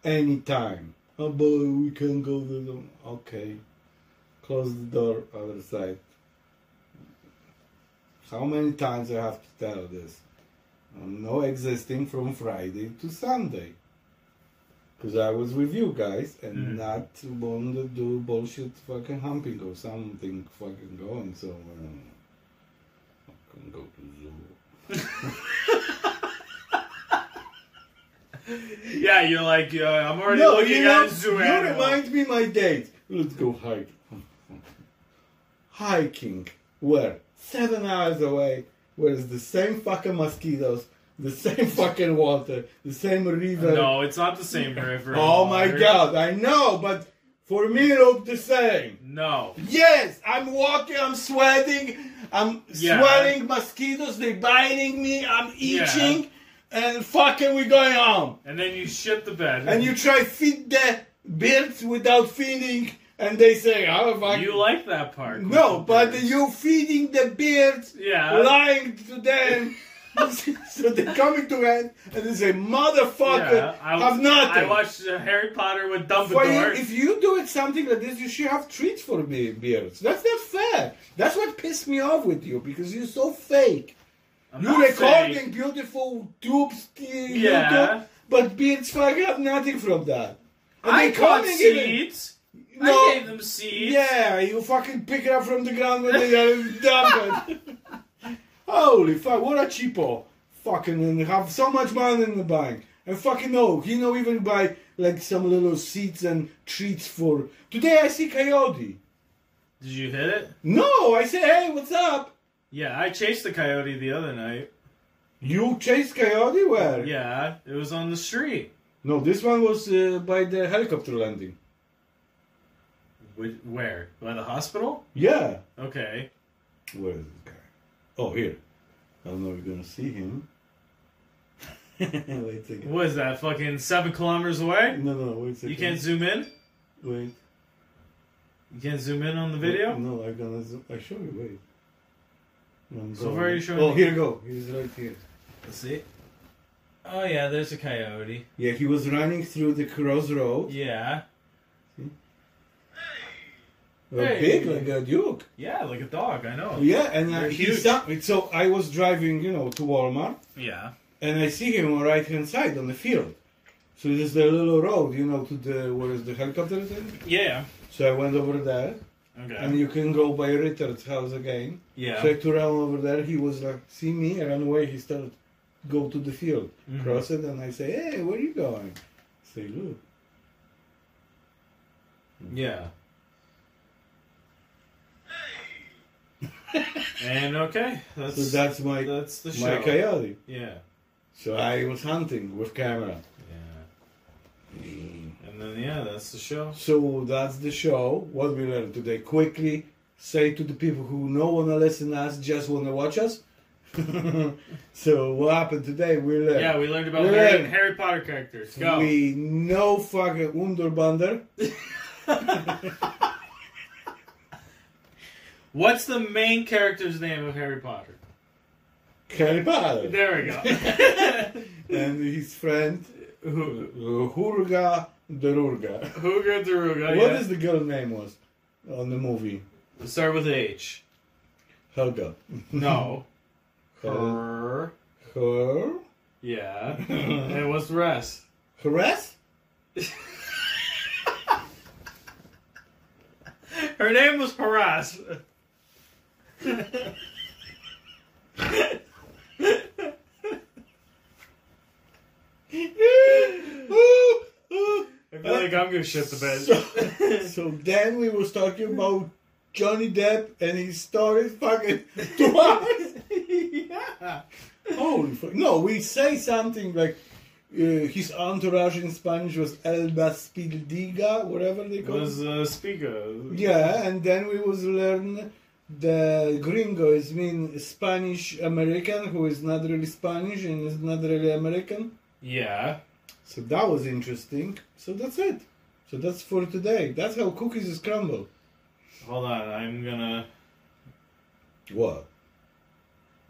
S2: anytime. Oh boy, we can go to the okay. Close the door, other side. How many times I have to tell this? I'm no existing from Friday to Sunday. Because I was with you guys and
S5: Mm.
S2: not want to do bullshit fucking humping or something fucking going somewhere. Fucking go to zoo.
S1: Yeah, you're like, uh, I'm already
S2: No,
S1: looking
S2: you, know,
S1: at zoo
S2: you
S1: animal.
S2: remind me my date. Let's go hike. Hiking. Where? Seven hours away. Where it's the same fucking mosquitoes, the same fucking water, the same river.
S1: No, it's not the same river.
S2: Oh my
S1: Water.
S2: god, I know, but for me it looked the same.
S1: No.
S2: Yes, I'm walking, I'm sweating, I'm
S1: Yeah.
S2: sweating, mosquitoes, they biting me, I'm
S1: Yeah.
S2: itching, and fucking we going home.
S1: And then you shit the bed.
S2: And you try feed the birds without feeding, and they say, oh, fuck.
S1: You like that part.
S2: no,
S1: with the
S2: but
S1: birds.
S2: you feeding the birds,
S1: Yeah.
S2: lying to them. so they're coming to end, and they say, motherfucker,
S1: Yeah, I,
S2: have nothing.
S1: I watched uh, Harry Potter with
S2: For you,
S1: Dumbledore.
S2: if you do it something like this, you should have treats for be- beards. That's not fair. That's what pissed me off with you because you're so fake.
S1: I'm
S2: you're
S1: not
S2: recording
S1: saying-
S2: beautiful tubes, uh,
S1: Yeah.
S2: YouTube, but beards fuck have nothing from that. And
S1: I
S2: they
S1: caught
S2: coming even-
S1: seeds.
S2: No.
S1: I gave them seeds.
S2: Yeah, you fucking pick it up from the ground when they are dump it. Holy fuck, what a cheapo. Fucking and have so much money in the bank. And fucking no, he know even buy like some little seeds and treats for today I see coyote.
S1: Did you hit it?
S2: No, I say, hey, what's up?
S1: Yeah, I chased the coyote the other night.
S2: You chase coyote where?
S1: Yeah, it was on the street.
S2: No, this one was uh, by the helicopter landing.
S1: Wh- Where? By the hospital?
S2: Yeah.
S1: Okay.
S2: Where is this guy? Oh, here. I don't know if you're gonna see him. wait a second.
S1: What is that? Fucking seven kilometers away?
S2: No, no, wait a second.
S1: You can't zoom in.
S2: Wait.
S1: You can't zoom in on the video.
S2: No, I'm gonna. Zoom. I show you. Wait. I'm
S1: So where are you showing
S2: Oh,
S1: me?
S2: here you go. He's right here.
S1: Let's see. Oh yeah, there's a coyote.
S2: Yeah, he was running through the crossroad.
S1: Yeah.
S2: Well,
S1: Hey.
S2: Big like a duke.
S1: Yeah, like a dog. I know.
S2: Yeah, and
S1: They're
S2: I, he
S1: huge.
S2: stopped. So I was driving, you know, to Walmart,
S5: Yeah.
S2: and I see him on right hand side on the field. So this is the little road, you know, to the where is the helicopter thing.
S1: Yeah.
S2: So I went over there, and
S1: Okay.
S2: you can go by Richard's house again.
S1: Yeah.
S2: So I turned around over there. He was like, see me, and ran away. He started go to the field,
S1: Mhm.
S2: cross it, and I say, hey, where you going? Say, look.
S1: Yeah. and okay, that's
S2: So that's my
S1: that's the
S2: my
S1: show.
S2: coyote.
S1: Yeah.
S2: So I was hunting with camera.
S1: Yeah.
S2: Mm.
S1: And then yeah, that's the show.
S2: So that's the show. What we learned today. Quickly say to the people who no wanna listen us, just wanna watch us. so what happened today? We learned.
S1: Yeah, we learned about
S2: Yeah.
S1: Harry, Harry Potter characters. Go.
S2: We no fucking Wunderbander.
S1: What's the main character's name of Harry Potter?
S2: Harry Potter.
S1: There we
S2: and his friend
S1: go. Who?
S2: Hurga Derurga.
S1: Hooga Daruga.
S2: What
S1: Oh, yeah.
S2: is the girl name was on the movie?
S1: Start with H.
S2: Helga.
S1: No.
S2: Uh,
S1: Her.
S2: her.
S1: Yeah. and what's the rest?
S2: Harass?
S1: Her name was Harass. I feel like I'm gonna shit the bed.
S2: so then we was talking about Johnny Depp and his story fucking twice.
S1: yeah.
S2: Holy fuck. No, we say something like uh, his entourage in Spanish was El Baspildiga, whatever they
S1: It
S2: call
S1: was
S2: it.
S1: uh, speaker.
S2: Yeah, and then we was learn the gringo is mean Spanish American who is not really Spanish and is not really American.
S1: Yeah.
S2: So that was interesting. So that's it. So that's for today. That's how cookies is crumbled.
S1: Hold on. I'm gonna.
S2: What?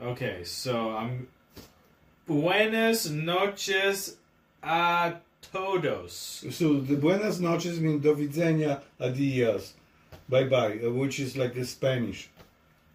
S1: Okay, so I'm. Buenas noches a todos.
S2: So the buenas noches mean do widzenia, adios, bye bye, which is like the Spanish.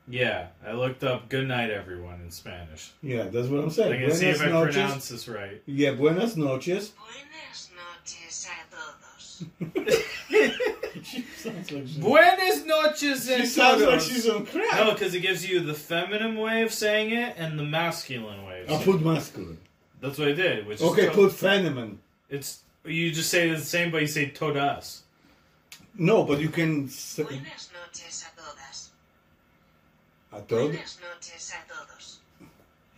S1: Yeah, I looked up good night everyone in Spanish.
S2: Yeah, that's what I'm
S1: I
S2: saying.
S1: can see if I
S2: noches.
S1: pronounce this right.
S2: Yeah, buenas noches.
S3: Buenas noches a
S4: noches.
S2: she sounds like she's,
S4: Buenas noches,
S2: she
S4: and
S2: sounds like
S4: todos.
S2: she's on crack.
S1: No, because it gives you the feminine way of saying it and the masculine way. Of
S2: I
S1: saying
S2: put masculine.
S1: it. That's what I did. Which
S2: Okay,
S1: is to-
S2: put phenomenon.
S1: it's you just say the same, but you say todas.
S2: No, but you can. s-
S3: Buenas noches a todas.
S2: I told you.
S3: Buenas noches a todos.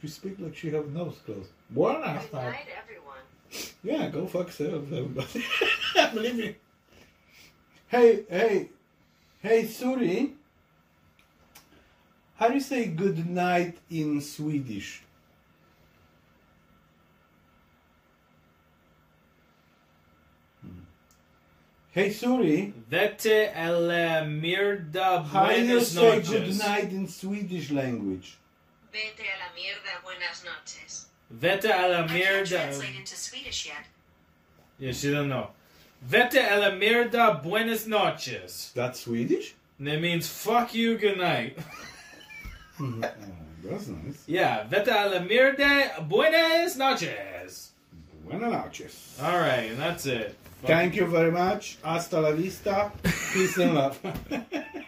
S2: You speak like she have nose closed. Buona.
S3: Good night, everyone.
S2: Yeah, go fuck yourself, everybody. Believe me. Hey, hey, hey, Suri. How do you say good night in Swedish? Hmm. Hey, Suri.
S1: Vete a la mierda.
S2: How do you
S1: Buenas
S2: say good
S1: noches.
S2: night in Swedish language?
S3: Vete a la mierda, buenas noches.
S1: Vete a la
S3: I can't
S1: mierda.
S3: translate into Swedish yet.
S1: Yeah, she doesn't know. Vete a la mierda. Buenas noches.
S2: That's Swedish?
S1: And that means fuck you. Good night.
S2: Oh, that's nice.
S1: yeah. Vete a la mierda. Buenas noches.
S2: Buenas noches.
S1: All right, and that's it.
S2: Thank you very much. Hasta la vista. Peace and love.